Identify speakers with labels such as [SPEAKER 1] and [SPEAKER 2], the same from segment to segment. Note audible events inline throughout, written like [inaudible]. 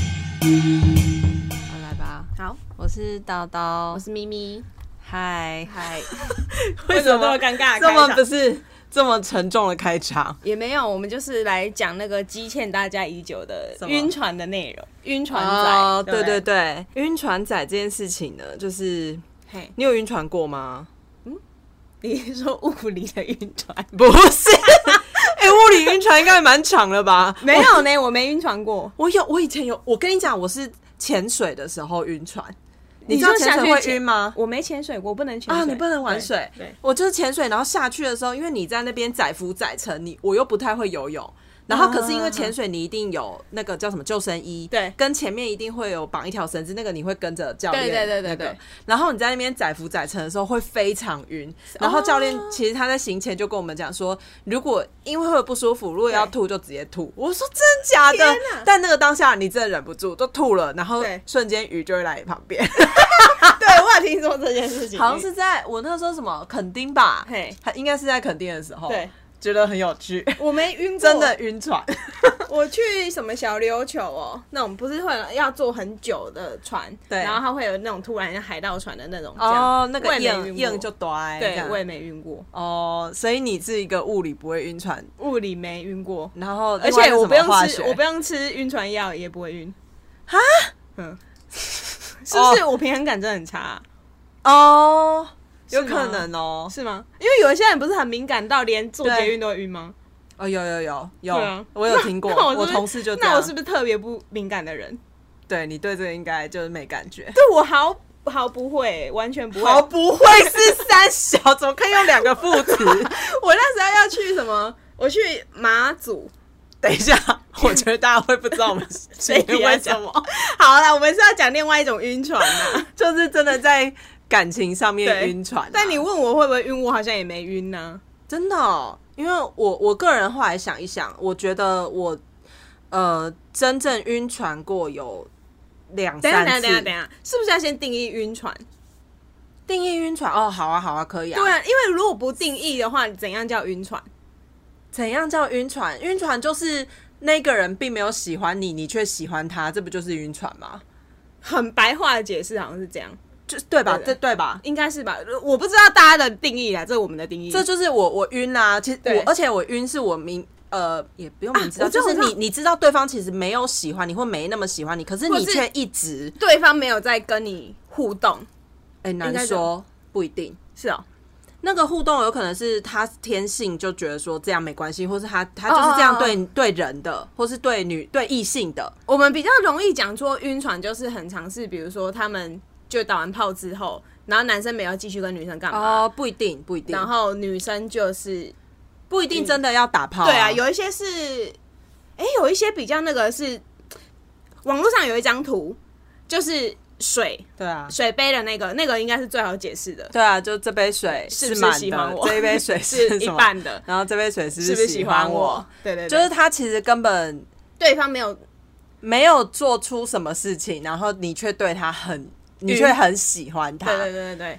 [SPEAKER 1] 好，来吧，
[SPEAKER 2] 好，
[SPEAKER 1] 我是叨
[SPEAKER 2] 我
[SPEAKER 1] 叨，
[SPEAKER 2] 是咪咪。
[SPEAKER 1] 嗨，
[SPEAKER 2] 嗨，
[SPEAKER 1] 为
[SPEAKER 2] [laughs] 为
[SPEAKER 1] 什
[SPEAKER 2] 什
[SPEAKER 1] 么
[SPEAKER 2] 么那么尴尬？
[SPEAKER 1] 这么
[SPEAKER 2] 开
[SPEAKER 1] 不
[SPEAKER 2] 场
[SPEAKER 1] 是这么沉重的开场？
[SPEAKER 2] 也没有，我们就是来讲那个积欠大家已久的
[SPEAKER 1] 什么
[SPEAKER 2] 晕船的内容。 [laughs] 晕船仔，
[SPEAKER 1] 哦，
[SPEAKER 2] 对
[SPEAKER 1] 对
[SPEAKER 2] 不
[SPEAKER 1] 对
[SPEAKER 2] 对，
[SPEAKER 1] 对，晕船仔这件事情呢，就是
[SPEAKER 2] 嘿，
[SPEAKER 1] 你有晕船过吗？
[SPEAKER 2] 你是说物理的晕船？
[SPEAKER 1] 不是， [laughs] 哎、物理晕船应该蛮长了吧？
[SPEAKER 2] [laughs]
[SPEAKER 1] 哦
[SPEAKER 2] 没有呢，我没晕船 [laughs] 过。
[SPEAKER 1] 我有，我以前有，我跟你讲，我是潜水的时候晕船。你知道
[SPEAKER 2] 说
[SPEAKER 1] 潜
[SPEAKER 2] 下
[SPEAKER 1] 水
[SPEAKER 2] 去
[SPEAKER 1] 会
[SPEAKER 2] 前
[SPEAKER 1] 晕吗？
[SPEAKER 2] 我没潜水过，我不能潜水
[SPEAKER 1] 啊，你不能玩水
[SPEAKER 2] 对，对，
[SPEAKER 1] 我就是潜水，然后下去的时候，因为你在那边载浮载沉，你我又不太会游泳。然后，可是因为潜水，你一定有那个叫什么救生衣，
[SPEAKER 2] 对
[SPEAKER 1] 跟前面一定会有绑一条绳子，那个你会跟着教练，
[SPEAKER 2] 对对对对
[SPEAKER 1] 那个
[SPEAKER 2] 对。
[SPEAKER 1] 然后你在那边载浮载沉的时候会非常晕，然后教
[SPEAKER 2] 哦
[SPEAKER 1] 练其实他在行前就跟我们讲说，如果因为会不舒服，如果要吐就直接吐。我说真假的
[SPEAKER 2] 天哪，
[SPEAKER 1] 但那个当下你真的忍不住都吐了，然后
[SPEAKER 2] 对
[SPEAKER 1] 瞬间鱼就会来你旁边。
[SPEAKER 2] [laughs] 对我有听说这件事情，
[SPEAKER 1] 好像是在我那时候什么垦丁吧，
[SPEAKER 2] 嘿
[SPEAKER 1] 还应该是在垦丁的时候，
[SPEAKER 2] 对，
[SPEAKER 1] 觉得很有趣， [laughs]
[SPEAKER 2] 我没晕过，
[SPEAKER 1] 真的晕船。
[SPEAKER 2] [laughs] 我去什么小琉球哦，那种不是会要坐很久的船，
[SPEAKER 1] 对
[SPEAKER 2] 然后它会有那种突然像海盗船的那种，这样
[SPEAKER 1] 哦，那
[SPEAKER 2] 我
[SPEAKER 1] 个
[SPEAKER 2] 也没
[SPEAKER 1] 硬
[SPEAKER 2] 晕过
[SPEAKER 1] 硬就短，这
[SPEAKER 2] 对
[SPEAKER 1] 样，
[SPEAKER 2] 我也没晕过，
[SPEAKER 1] 哦，所以你是一个物理不会晕船，
[SPEAKER 2] 物理没晕过，
[SPEAKER 1] 然后
[SPEAKER 2] 而
[SPEAKER 1] 另外是
[SPEAKER 2] 且我
[SPEAKER 1] 什
[SPEAKER 2] 不
[SPEAKER 1] 么
[SPEAKER 2] 用
[SPEAKER 1] 化
[SPEAKER 2] 吃，
[SPEAKER 1] 学
[SPEAKER 2] 我不用吃晕船药也不会晕，哈，
[SPEAKER 1] [laughs]
[SPEAKER 2] 嗯，是不是我平衡感真的很差啊、
[SPEAKER 1] 哦，有
[SPEAKER 2] 是吗
[SPEAKER 1] 可能哦，
[SPEAKER 2] 是吗？因为有一些人不是很敏感到连坐
[SPEAKER 1] 对
[SPEAKER 2] 捷运都会晕吗？
[SPEAKER 1] 哦，有有有
[SPEAKER 2] 对啊
[SPEAKER 1] 有，我有听过，
[SPEAKER 2] 那我是不
[SPEAKER 1] 我
[SPEAKER 2] 是
[SPEAKER 1] 同事就这
[SPEAKER 2] 那我
[SPEAKER 1] 样
[SPEAKER 2] 是，不是特别不敏感的人？
[SPEAKER 1] 对你对这个应该就是没感觉。
[SPEAKER 2] 对我好好不会，完全不会，
[SPEAKER 1] 哦，不会是三小，怎么可以用两个副
[SPEAKER 2] [laughs]
[SPEAKER 1] 词？
[SPEAKER 2] 我那时候要去什么？我去马祖。
[SPEAKER 1] 等一下，我觉得大家会不知道我们是
[SPEAKER 2] 谁
[SPEAKER 1] 因为什么。
[SPEAKER 2] 好了，我们是要讲另外一种晕
[SPEAKER 1] [laughs]
[SPEAKER 2] 船呐、
[SPEAKER 1] 就是真的在感情上面
[SPEAKER 2] 对
[SPEAKER 1] 晕船啊、
[SPEAKER 2] 但你问我会不会晕，我好像也没晕啊呢、
[SPEAKER 1] 真的、哦，因为我我个人后来想一想，我觉得我呃真正晕船过有两
[SPEAKER 2] 等一下，
[SPEAKER 1] 三
[SPEAKER 2] 等一下，等一下，
[SPEAKER 1] 次。
[SPEAKER 2] 等一下，是不是要先定义晕船？
[SPEAKER 1] 定义晕船哦，好啊，好啊，可以啊。
[SPEAKER 2] 对，啊，因为如果不定义的话，怎样叫晕船？
[SPEAKER 1] 怎样叫晕船？晕船就是那个人并没有喜欢你，你却喜欢他，这不就是晕船吗？
[SPEAKER 2] 很白话的解释好像是这样，
[SPEAKER 1] 就对吧？
[SPEAKER 2] 对
[SPEAKER 1] 这对吧？
[SPEAKER 2] 应该是吧？我不知道大家的定义啦，这是我们的定义。
[SPEAKER 1] 这就是我我晕啦、其实
[SPEAKER 2] 对
[SPEAKER 1] 我而且我晕是我明呃也不用明知道，
[SPEAKER 2] 啊我知
[SPEAKER 1] 就是
[SPEAKER 2] 道我
[SPEAKER 1] 你
[SPEAKER 2] 知道
[SPEAKER 1] 你知道对方其实没有喜欢你或没那么喜欢你，可是
[SPEAKER 2] 或
[SPEAKER 1] 你
[SPEAKER 2] 是
[SPEAKER 1] 却一直
[SPEAKER 2] 对方没有在跟你互动，
[SPEAKER 1] 哎、难
[SPEAKER 2] 应该这样
[SPEAKER 1] 说不一定。
[SPEAKER 2] 是哦，
[SPEAKER 1] 那个互动有可能是他天性就觉得说这样没关系，或是他他
[SPEAKER 2] 哦
[SPEAKER 1] 就是这样
[SPEAKER 2] 哦
[SPEAKER 1] 对对人的，或是对女对异性的。
[SPEAKER 2] 我们比较容易讲说晕船，就是很尝试，比如说他们就打完炮之后，然后男生没有继续跟女生干嘛，
[SPEAKER 1] 哦，不一定，不一定
[SPEAKER 2] 然，后女生就是
[SPEAKER 1] 不一定真的要打炮、
[SPEAKER 2] 对啊，有一些是，哎、有一些比较那个是，网络上有一张图，就是水
[SPEAKER 1] 对啊，
[SPEAKER 2] 水杯的那个，那个应该是最好解释的，
[SPEAKER 1] 对啊，就这杯水
[SPEAKER 2] 是不是
[SPEAKER 1] 满
[SPEAKER 2] 喜
[SPEAKER 1] 的
[SPEAKER 2] 欢，我
[SPEAKER 1] 这一杯水
[SPEAKER 2] 是一
[SPEAKER 1] 什么
[SPEAKER 2] 半的
[SPEAKER 1] 然后这杯水是
[SPEAKER 2] 是不
[SPEAKER 1] 是
[SPEAKER 2] 是喜欢我？？对对对，
[SPEAKER 1] 就是他其实根本
[SPEAKER 2] 对方没有
[SPEAKER 1] 没有做出什么事情，然后你却对他很，你
[SPEAKER 2] 晕
[SPEAKER 1] 却很喜欢他。
[SPEAKER 2] 嗯对对对对对，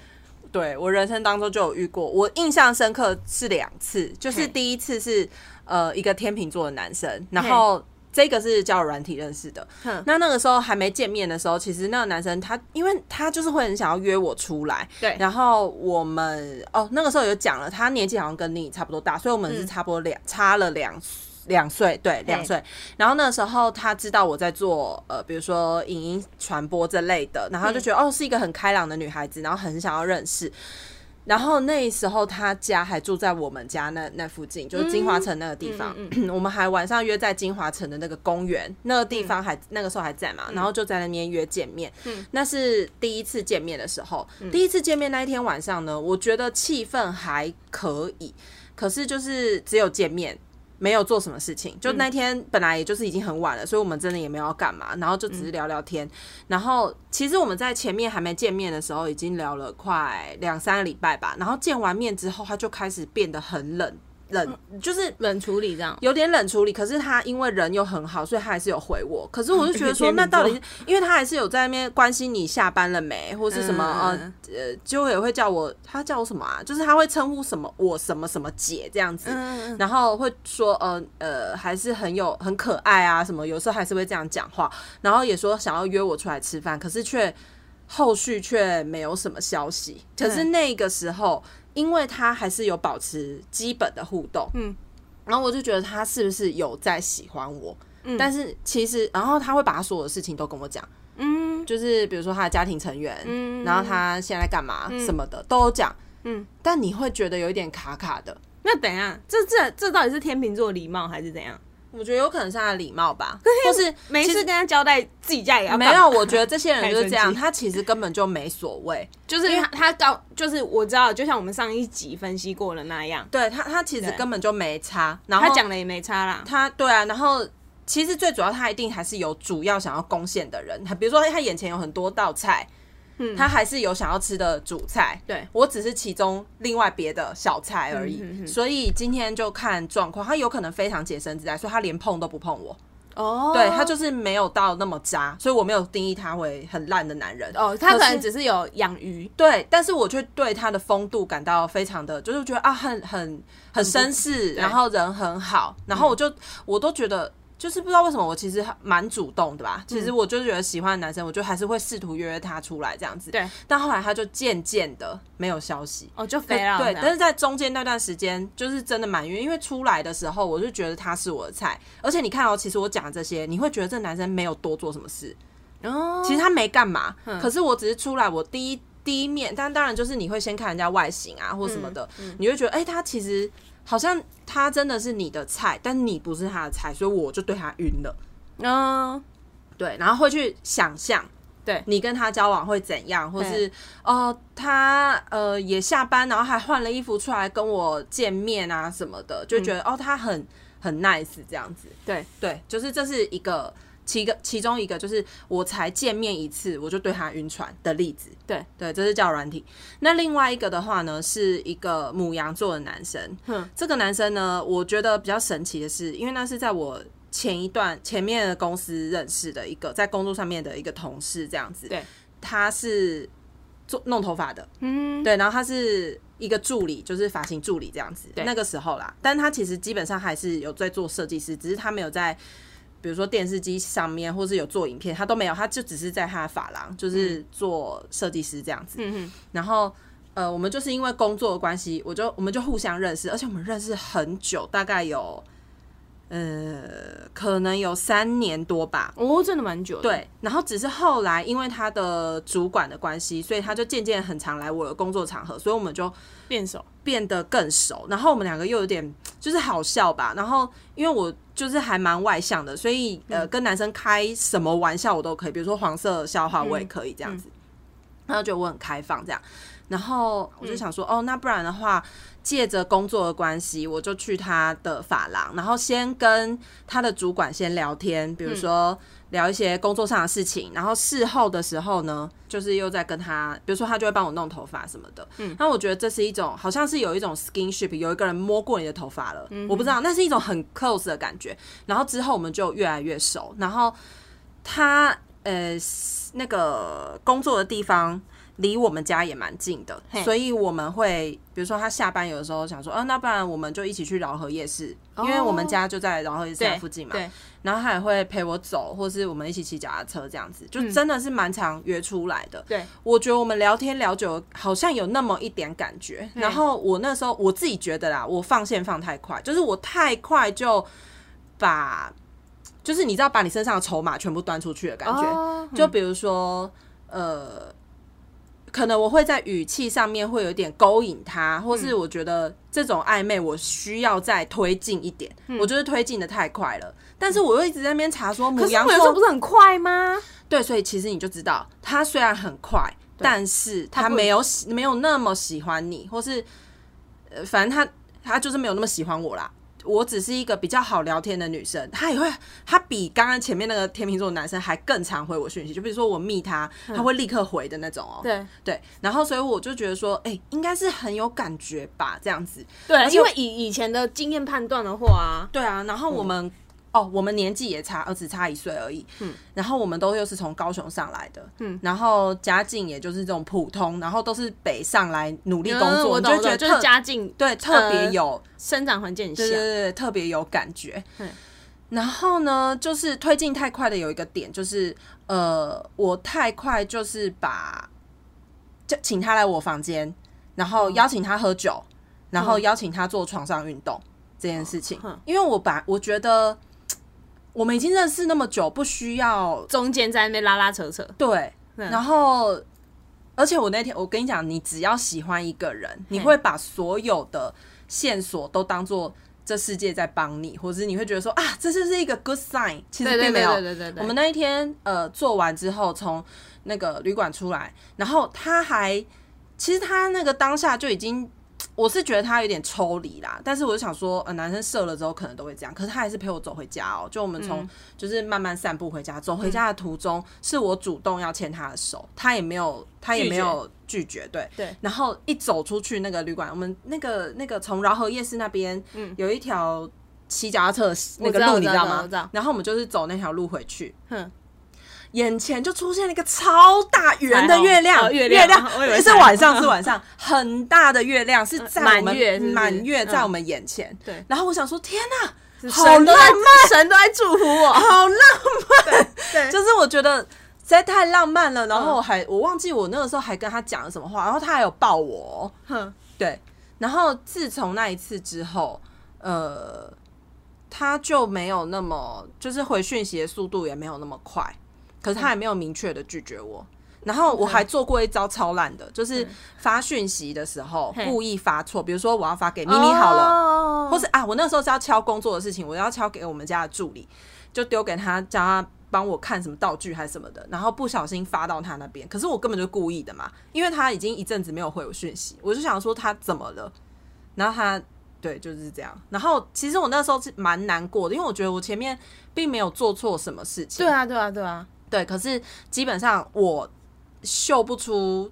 [SPEAKER 1] 对我人生当中就有遇过，我印象深刻是两次，就是
[SPEAKER 2] 嘿
[SPEAKER 1] 第一次是呃一个天秤座的男生，然后这个是交友软体认识的。
[SPEAKER 2] 哼
[SPEAKER 1] 那那个时候还没见面的时候，其实那个男生他因为他就是会很想要约我出来，
[SPEAKER 2] 对
[SPEAKER 1] 然后我们哦那个时候有讲了，他年纪好像跟你差不多大，所以我
[SPEAKER 2] 嗯
[SPEAKER 1] 们是差不多两、差了两。两岁，对，两岁。然后那时候他知道我在做呃，比如说影音传播这类的，然后
[SPEAKER 2] 嗯
[SPEAKER 1] 就觉得、哦是一个很开朗的女孩子，然后很想要认识。然后那时候他家还住在我们家那那附近，就是金华城那个地方。[clears throat]
[SPEAKER 2] 嗯
[SPEAKER 1] 我们还晚上约在金华城的那个公园，那个地方还、那个时候还在嘛，然后就在那边约见面。
[SPEAKER 2] 嗯
[SPEAKER 1] 那是第一次见面的时候，第一次见面那一天晚上呢，我觉得气氛还可以，可是就是只有见面。没有做什么事情，就那天本来也就是已经很晚了，所以我们真的也没有要干嘛，然后就只是聊聊天。然后其实我们在前面还没见面的时候，已经聊了快两三个礼拜吧。然后见完面之后，他就开始变得很冷冷，就是
[SPEAKER 3] 冷处理这样。
[SPEAKER 1] 有点冷处理。可是他因为人又很好，所以他还是有回我。可是我就觉得
[SPEAKER 3] 天秤
[SPEAKER 1] 说，
[SPEAKER 3] 座
[SPEAKER 1] 那到底是因为他还是有在那边关心你下班了没，或是什么
[SPEAKER 3] 嗯
[SPEAKER 1] 呃呃，就也会叫我他叫我什么啊？就是他会称呼什么我什么什么姐这样子。
[SPEAKER 3] 嗯，
[SPEAKER 1] 然后会说呃呃，还是很有很可爱啊什么，有时候还是会这样讲话，然后也说想要约我出来吃饭，可是却后续却没有什么消息。可是那个时候，因为他还是有保持基本的互动，
[SPEAKER 3] 嗯，
[SPEAKER 1] 然后我就觉得他是不是有在喜欢我？但是其实，然后他会把他所有的事情都跟我讲，
[SPEAKER 3] 嗯
[SPEAKER 1] 就是比如说他的家庭成员，
[SPEAKER 3] 嗯
[SPEAKER 1] 然后他现在干嘛什么的、都有讲，
[SPEAKER 3] 嗯，
[SPEAKER 1] 但你会觉得有一点卡卡的，
[SPEAKER 3] 那等一下，这这这到底是天秤座礼貌还是怎样？
[SPEAKER 1] 我觉得有可能是他的礼貌吧，或是
[SPEAKER 3] 每一次
[SPEAKER 1] 其实
[SPEAKER 3] 跟他交代自己家也要
[SPEAKER 1] 没
[SPEAKER 3] 干嘛
[SPEAKER 1] 有。我觉得这些人就是这
[SPEAKER 3] 太
[SPEAKER 1] 样，
[SPEAKER 3] 生气
[SPEAKER 1] 他其实根本就没所
[SPEAKER 3] [laughs]
[SPEAKER 1] 谓。
[SPEAKER 3] 就是他他告，就是我知道，就像我们上一集分析过了那样，
[SPEAKER 1] 对他，他其实
[SPEAKER 3] 对
[SPEAKER 1] 根本就没差。然后
[SPEAKER 3] 他讲的也没差啦。
[SPEAKER 1] 他对啊，然后其实最主要他一定还是有主要想要攻陷的人，他比如说他眼前有很多道菜，
[SPEAKER 3] 嗯
[SPEAKER 1] 他还是有想要吃的主菜，
[SPEAKER 3] 对
[SPEAKER 1] 我只是其中另外别的小菜而已，
[SPEAKER 3] 嗯哼哼
[SPEAKER 1] 所以今天就看状况，他有可能非常洁身自爱，所以他连碰都不碰我，
[SPEAKER 3] 哦，
[SPEAKER 1] 对他就是没有到那么渣，所以我没有定义他为很烂的男人
[SPEAKER 3] 哦，他可
[SPEAKER 1] 可
[SPEAKER 3] 能
[SPEAKER 1] 是
[SPEAKER 3] 只是有养鱼，
[SPEAKER 1] 对，但是我却对他的风度感到非常的，就是觉得啊，很很很绅士，然后人很好，
[SPEAKER 3] 嗯
[SPEAKER 1] 然后我就、我都觉得。就是不知道为什么，我其实蛮主动的
[SPEAKER 3] 嗯
[SPEAKER 1] 吧。其实我就觉得喜欢的男生，我就还是会试图约他出来这样子。
[SPEAKER 3] 对。
[SPEAKER 1] 但后来他就渐渐的没有消息。
[SPEAKER 3] 哦，就肥了。
[SPEAKER 1] 对，
[SPEAKER 3] 这样
[SPEAKER 1] 但是在中间那段时间，就是真的蛮晕，因为出来的时候，我就觉得他是我的菜。而且你看哦，其实我讲的这些，你会觉得这男生没有多做什么事，
[SPEAKER 3] 哦，
[SPEAKER 1] 其实他没干嘛，可是我只是出来，我第一第一面，但当然就是你会先看人家外形啊或什么的，你会觉得哎、他其实好像他真的是你的菜，但你不是他的菜，所以我就对他晕了。
[SPEAKER 3] 嗯，
[SPEAKER 1] 对，然后会去想象，
[SPEAKER 3] 对
[SPEAKER 1] 你跟他交往会怎样，或
[SPEAKER 3] 对
[SPEAKER 1] 是哦、他呃也下班，然后还换了衣服出来跟我见面啊什么的，就觉得、哦他很很 nice 这样子。
[SPEAKER 3] 嗯对，
[SPEAKER 1] 对，就是这是一个其个其中一个，就是我才见面一次我就对他晕船的例子。
[SPEAKER 3] 对
[SPEAKER 1] 对，这是叫软体。那另外一个的话呢，是一个母羊座的男生。
[SPEAKER 3] 哼
[SPEAKER 1] 这个男生呢，我觉得比较神奇的是，因为那是在我前一段前面的公司认识的一个在工作上面的一个同事这样子。
[SPEAKER 3] 对，
[SPEAKER 1] 他是做弄头发的，
[SPEAKER 3] 嗯，
[SPEAKER 1] 对，然后他是一个助理，就是发型助理这样子。
[SPEAKER 3] 对
[SPEAKER 1] 那个时候啦，但他其实基本上还是有在做设计师，只是他没有在。比如说电视机上面，或是有做影片，他都没有，他就只是在他的发廊，就是做设计师这样子。
[SPEAKER 3] 嗯哼，
[SPEAKER 1] 然后，呃，我们就是因为工作的关系，我就我们就互相认识，而且我们认识很久，大概有，呃，可能有三年多吧。
[SPEAKER 3] 哦，真的蛮久的。，
[SPEAKER 1] 对，然后只是后来因为他的主管的关系，所以他就渐渐很常来我的工作场合，所以我们就
[SPEAKER 3] 变手。
[SPEAKER 1] 变得更熟。然后我们两个又有点就是好笑吧。然后因为我就是还蛮外向的，所以呃，跟男生开什么玩笑我都可以，比如说黄色笑话我也可以这样子。他就觉得我很开放这样，然后我就想说，哦，那不然的话，借着工作的关系，我就去他的发廊，然后先跟他的主管先聊天，比如说聊一些工作上的事情，然后事后的时候呢，就是又在跟他，比如说他就会帮我弄头发什么的。嗯，那我觉得这是一种，好像是有一种 skinship，有一个人摸过你的头发了，我不知道，那是一种很 close 的感觉。然后之后我们就越来越熟，然后他呃那个工作的地方。离我们家也蛮近的
[SPEAKER 3] 嘿，
[SPEAKER 1] 所以我们会，比如说他下班有的时候想说，啊，那不然我们就一起去饶河夜市，因为我们家就在饶河夜市
[SPEAKER 3] 对，
[SPEAKER 1] 附近嘛。
[SPEAKER 3] 对，
[SPEAKER 1] 然后他也会陪我走，或是我们一起骑脚踏车这样子，
[SPEAKER 3] 嗯
[SPEAKER 1] 就真的是蛮常约出来的。
[SPEAKER 3] 对，
[SPEAKER 1] 我觉得我们聊天聊久了，好像有那么一点感觉。然后我那时候我自己觉得啦，我放线放太快，就是我太快就把，就是你知道把你身上的筹码全部端出去的感觉。
[SPEAKER 3] 哦
[SPEAKER 1] 就比如说，呃，可能我会在语气上面会有点勾引他，或
[SPEAKER 3] 嗯
[SPEAKER 1] 是我觉得这种暧昧我需要再推进一点，
[SPEAKER 3] 嗯
[SPEAKER 1] 我就是推进的太快了。但是我又一直在那边查说母
[SPEAKER 3] 可是
[SPEAKER 1] 羊
[SPEAKER 3] 我有时候不
[SPEAKER 1] 座，
[SPEAKER 3] 是很快吗？
[SPEAKER 1] 对，所以其实你就知道，他虽然很快，但是
[SPEAKER 3] 他
[SPEAKER 1] 他
[SPEAKER 3] 不
[SPEAKER 1] 没有喜没有那么喜欢你，或是呃，反正他他就是没有那么喜欢我啦。我只是一个比较好聊天的女生，她也会，她比刚刚前面那个天秤座的男生还更常回我讯息，就比如说我密她，她会立刻回的那种哦、
[SPEAKER 3] 嗯对
[SPEAKER 1] 对，然后所以我就觉得说，哎、应该是很有感觉吧，这样子。
[SPEAKER 3] 对，
[SPEAKER 1] 且
[SPEAKER 3] 因为以以前的经验判断的话啊，
[SPEAKER 1] 对啊，然后我们、哦，我们年纪也差，呃，只差一岁而已。嗯，然后我们都又是从高雄上来的，嗯，然后家境也就是这种普通，然后都是北上来努力工
[SPEAKER 3] 嗯
[SPEAKER 1] 作，
[SPEAKER 3] 我
[SPEAKER 1] 你
[SPEAKER 3] 懂
[SPEAKER 1] 就
[SPEAKER 3] 我懂
[SPEAKER 1] 觉得
[SPEAKER 3] 就是
[SPEAKER 1] 特
[SPEAKER 3] 家境
[SPEAKER 1] 对特别
[SPEAKER 3] 呃
[SPEAKER 1] 有。
[SPEAKER 3] 生长环境很
[SPEAKER 1] 对对
[SPEAKER 3] 像，
[SPEAKER 1] 对，对特别有感觉
[SPEAKER 3] 嗯。
[SPEAKER 1] 然后呢，就是推进太快的有一个点，就是呃，我太快就是把就请他来我房间，然后邀请他喝酒，然后邀请他做床上运动这件事情
[SPEAKER 3] 哦哼，
[SPEAKER 1] 因为我把我觉得我们已经认识那么久，不需要
[SPEAKER 3] 中间在那边拉拉扯扯，
[SPEAKER 1] 对，
[SPEAKER 3] 嗯
[SPEAKER 1] 然后，而且我那天我跟你讲，你只要喜欢一个人，你
[SPEAKER 3] 嘿
[SPEAKER 1] 会把所有的线索都当做这世界在帮你，或者是你会觉得说啊，这就是一个 good sign，其实
[SPEAKER 3] 对对
[SPEAKER 1] 并没有。
[SPEAKER 3] 对对对对对
[SPEAKER 1] 我们那一天呃做完之后，从那个旅馆出来，然后他还，其实他那个当下就已经。我是觉得他有点抽离啦，但是我就想说，呃，男生射了之后可能都会这样，可是他还是陪我走回家哦、就我们
[SPEAKER 3] 嗯
[SPEAKER 1] 从就是慢慢散步回家，走回家的途中、是我主动要牵他的手，他也没有，他也没有拒绝，对
[SPEAKER 3] 对。
[SPEAKER 1] 然后一走出去那个旅馆，我们那个那个从饶河夜市那边，嗯，有一条骑脚踏车的那个路，
[SPEAKER 3] 我
[SPEAKER 1] 你
[SPEAKER 3] 知道
[SPEAKER 1] 道
[SPEAKER 3] 我知道我知道
[SPEAKER 1] 吗？然后我们就是走那条路回去，
[SPEAKER 3] 哼，
[SPEAKER 1] 眼前就出现了一个超大圆的
[SPEAKER 3] 彩
[SPEAKER 1] 月
[SPEAKER 3] 虹
[SPEAKER 1] 亮，
[SPEAKER 3] 哦月亮
[SPEAKER 1] 亮，
[SPEAKER 3] 我以为
[SPEAKER 1] 是
[SPEAKER 3] 彩虹 [laughs]
[SPEAKER 1] 晚上，是晚上，很大的月亮是在我
[SPEAKER 3] 满
[SPEAKER 1] 们
[SPEAKER 3] 月是不是
[SPEAKER 1] 满月
[SPEAKER 3] 嗯
[SPEAKER 1] 在我们眼前。
[SPEAKER 3] 对
[SPEAKER 1] 然后我想说，天哪，好
[SPEAKER 3] 神都
[SPEAKER 1] 浪
[SPEAKER 3] 在
[SPEAKER 1] 漫，
[SPEAKER 3] 神都在祝福我，
[SPEAKER 1] 好浪
[SPEAKER 3] 对嗯
[SPEAKER 1] 漫，就是我觉得。实在太浪漫了，然后我还我忘记我那个时候还跟他讲了什么话，然后他还有抱我哦，
[SPEAKER 3] 哼，
[SPEAKER 1] 对，然后自从那一次之后，呃，他就没有那么，就是回讯息的速度也没有那么快，可是他也没有明确的拒绝我。然后我还做过一招超烂的，就是发讯息的时候
[SPEAKER 3] 嘿
[SPEAKER 1] 故意发错，比如说我要发给咪
[SPEAKER 2] 哦
[SPEAKER 1] 咪好了，
[SPEAKER 3] 了
[SPEAKER 1] 或是啊，我那时候是要敲工作的事情，我要敲给我们家的助理，就丢给他，叫他帮我看什么道具还是什么的，然后不小心发到他那边，可是我根本就故意的嘛，因为他已经一阵子没有回我讯息，我就想说他怎么了，然后他对就是这样，然后其实我那时候是蛮难过的，因为我觉得我前面并没有做错什么事情，
[SPEAKER 3] 对啊，对啊，对啊，
[SPEAKER 1] 对，可是基本上我秀不出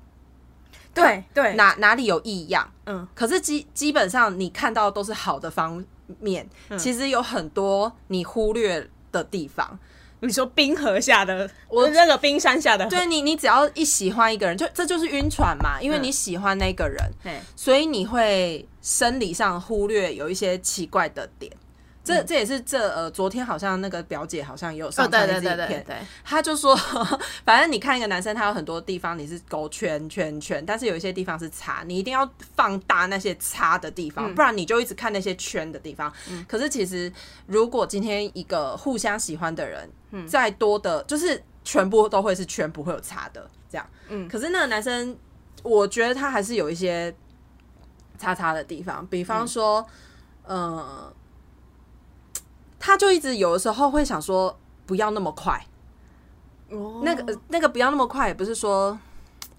[SPEAKER 3] 对对，
[SPEAKER 1] 哪哪里有异样，
[SPEAKER 3] 嗯，
[SPEAKER 1] 可是基基本上你看到都是好的方面，
[SPEAKER 3] 嗯
[SPEAKER 1] 其实有很多你忽略的地方。
[SPEAKER 3] 你说冰河下的，我那个冰山下的，
[SPEAKER 1] 对你，你只要一喜欢一个人，就这就是晕船嘛，因为你喜欢那个人，
[SPEAKER 3] 嗯嘿，
[SPEAKER 1] 所以你会生理上忽略有一些奇怪的点。这这也是这呃，昨天好像那个表姐好像也有
[SPEAKER 3] 嗯哦，
[SPEAKER 1] 上传
[SPEAKER 3] 对对
[SPEAKER 1] 一支影
[SPEAKER 3] 对对
[SPEAKER 1] 片，
[SPEAKER 3] 对，
[SPEAKER 1] 她就说， [laughs] 反正你看一个男生，他有很多地方你是勾圈圈圈，但是有一些地方是叉，你一定要放大那些叉的地方，不然你就一直看那些圈的地方。可是其实，如果今天一个互相喜欢的人，再多的就是全部都会是圈，不会有叉的这样。
[SPEAKER 3] 嗯
[SPEAKER 1] 可是那个男生，我觉得他还是有一些叉叉的地方，比方说，呃，他就一直有的时候会想说，不要那么快。
[SPEAKER 3] 哦
[SPEAKER 1] 那
[SPEAKER 2] 呃
[SPEAKER 1] 个呃那个不要那么快，也不是说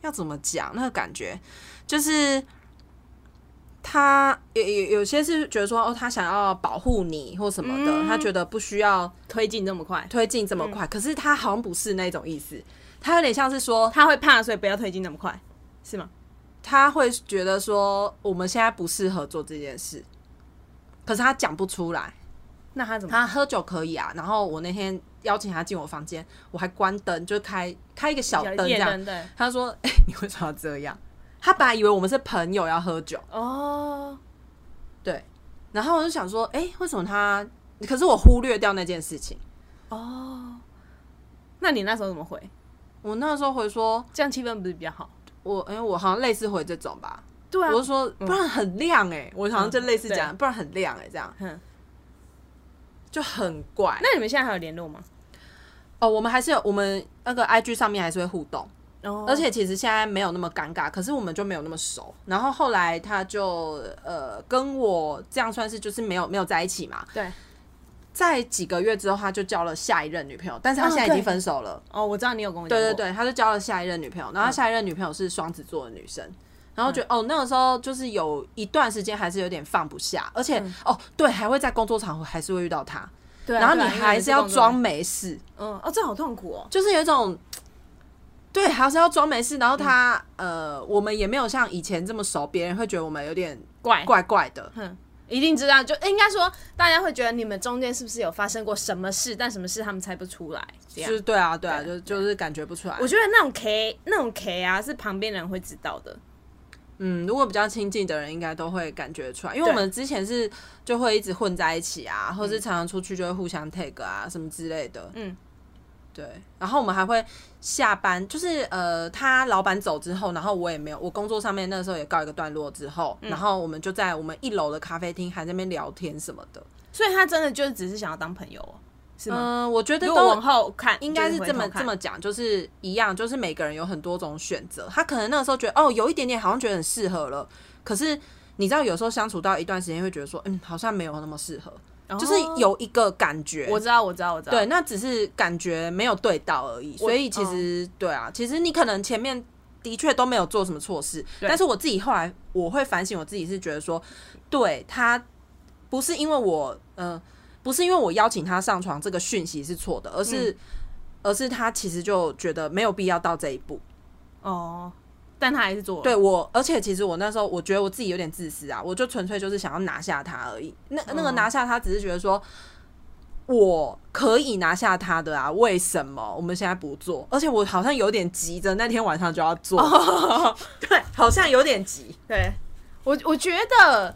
[SPEAKER 1] 要怎么讲，那个感觉就是他有有有些是觉得说哦，他想要保护你或什么的，他
[SPEAKER 3] 嗯
[SPEAKER 1] 觉得不需要
[SPEAKER 3] 推进这么快，
[SPEAKER 1] 推进这么
[SPEAKER 3] 嗯
[SPEAKER 1] 快，可是他好像不是那种意思，他有点像是说
[SPEAKER 3] 他会怕，所以不要推进那么快，是吗？
[SPEAKER 1] 他会觉得说我们现在不适合做这件事，可是他讲不出来。
[SPEAKER 3] 那他怎么？
[SPEAKER 1] 他喝酒可以啊，然后我那天邀请他进我房间，我还关灯，就开开一个小灯这
[SPEAKER 3] 夜
[SPEAKER 1] 样，
[SPEAKER 3] 灯对，
[SPEAKER 1] 他说：“哎、你为什么要这样？”他本来以为我们是朋友要喝酒，
[SPEAKER 3] 哦，
[SPEAKER 1] 对。然后我就想说：“哎、为什么他？”可是我忽略掉那件事情。
[SPEAKER 3] 哦，那你那时候怎么回？
[SPEAKER 1] 我那时候回说
[SPEAKER 3] 这样气氛不是比较好？：“
[SPEAKER 1] 我哎、我好像类似回这种吧。”
[SPEAKER 3] 对啊
[SPEAKER 1] 我就说：“不然很亮哎、我好像就类似这样，
[SPEAKER 3] 嗯
[SPEAKER 1] 不然很亮哎、这样
[SPEAKER 3] 哼，
[SPEAKER 1] 就很怪。
[SPEAKER 3] 那你们现在还有联络吗？
[SPEAKER 1] 哦，我们还是有我们那个 IG 上面还是会互动，
[SPEAKER 3] 哦
[SPEAKER 1] 而且其实现在没有那么尴尬，可是我们就没有那么熟。然后后来他就呃跟我这样算是就是没有没有在一起嘛，
[SPEAKER 3] 对，
[SPEAKER 1] 在几个月之后，他就交了下一任女朋友，但是他现在已经分手了。
[SPEAKER 3] 哦，我知道你有跟我讲
[SPEAKER 1] 对
[SPEAKER 3] 过
[SPEAKER 1] 对对，他就交了下一任女朋友，然后他下一任女朋友是双子座的女生，然
[SPEAKER 2] 嗯
[SPEAKER 1] 后觉得、哦，那个时候就是有一段时间还是有点放不下，而且、哦，对，还会在工作场合还是会遇到他，
[SPEAKER 2] 嗯对啊，
[SPEAKER 1] 然后你
[SPEAKER 2] 对啊因为
[SPEAKER 1] 还
[SPEAKER 2] 你
[SPEAKER 1] 是要
[SPEAKER 2] 工作
[SPEAKER 1] 装没事，
[SPEAKER 2] 嗯哦，这好痛苦哦。
[SPEAKER 1] 就是有一种，对，还是要装没事。然后他、
[SPEAKER 2] 嗯
[SPEAKER 1] 呃，我们也没有像以前这么熟，别人会觉得我们有点
[SPEAKER 3] 怪
[SPEAKER 1] 怪怪的。
[SPEAKER 2] 嗯，一定知道，就应该说大家会觉得你们中间是不是有发生过什么事，但什么事他们猜不出来。这
[SPEAKER 1] 就
[SPEAKER 2] 样，
[SPEAKER 1] 是对啊，对啊，
[SPEAKER 2] 对
[SPEAKER 1] 就就是感觉不出来
[SPEAKER 2] 我。觉得那种 K 那种 K 啊，是旁边人会知道的。
[SPEAKER 1] 嗯，如果比较亲近的人，应该都会感觉出来，因为我
[SPEAKER 2] 对
[SPEAKER 1] 们之前是就会一直混在一起啊，或是常常出去就会互相 take 啊，什么之类的。
[SPEAKER 2] 嗯，
[SPEAKER 1] 对。然后我们还会下班，就是呃，他老板走之后，然后我也没有，我工作上面那时候也告一个段落之后，
[SPEAKER 2] 嗯
[SPEAKER 1] 然后我们就在我们一楼的咖啡厅还在那边聊天什么的。
[SPEAKER 2] 所以他真的就只是想要当朋友哦，是吗？
[SPEAKER 1] 嗯，我觉得
[SPEAKER 2] 如果
[SPEAKER 1] 都
[SPEAKER 2] 往后看，
[SPEAKER 1] 应该是
[SPEAKER 2] 就
[SPEAKER 1] 这
[SPEAKER 2] 回
[SPEAKER 1] 么
[SPEAKER 2] 头看
[SPEAKER 1] 这么讲，就是一样，就是每个人有很多种选择。他可能那个时候觉得哦，有一点点好像觉得很适合了，可是你知道，有时候相处到一段时间，会觉得说，嗯，好像没有那么适合，就是有一个感觉。
[SPEAKER 2] 哦我知道，我知道，我知道。
[SPEAKER 1] 对，那只是感觉没有对到而已。所以其实、对啊，其实你可能前面的确都没有做什么错事，但是我自己后来我会反省我自己，是觉得说，对他不是因为我，嗯、不是因为我邀请他上床这个讯息是错的，而是、而是他其实就觉得没有必要到这一步。
[SPEAKER 2] 哦，但他还是做了。
[SPEAKER 1] 对我，而且其实我那时候我觉得我自己有点自私啊，我就纯粹就是想要拿下他而已。那那个拿下他，只是觉得说。我可以拿下他的啊，为什么我们现在不做？而且我好像有点急着那天晚上就要做哦 [laughs] 对，好像有点急。
[SPEAKER 2] 对，我我觉得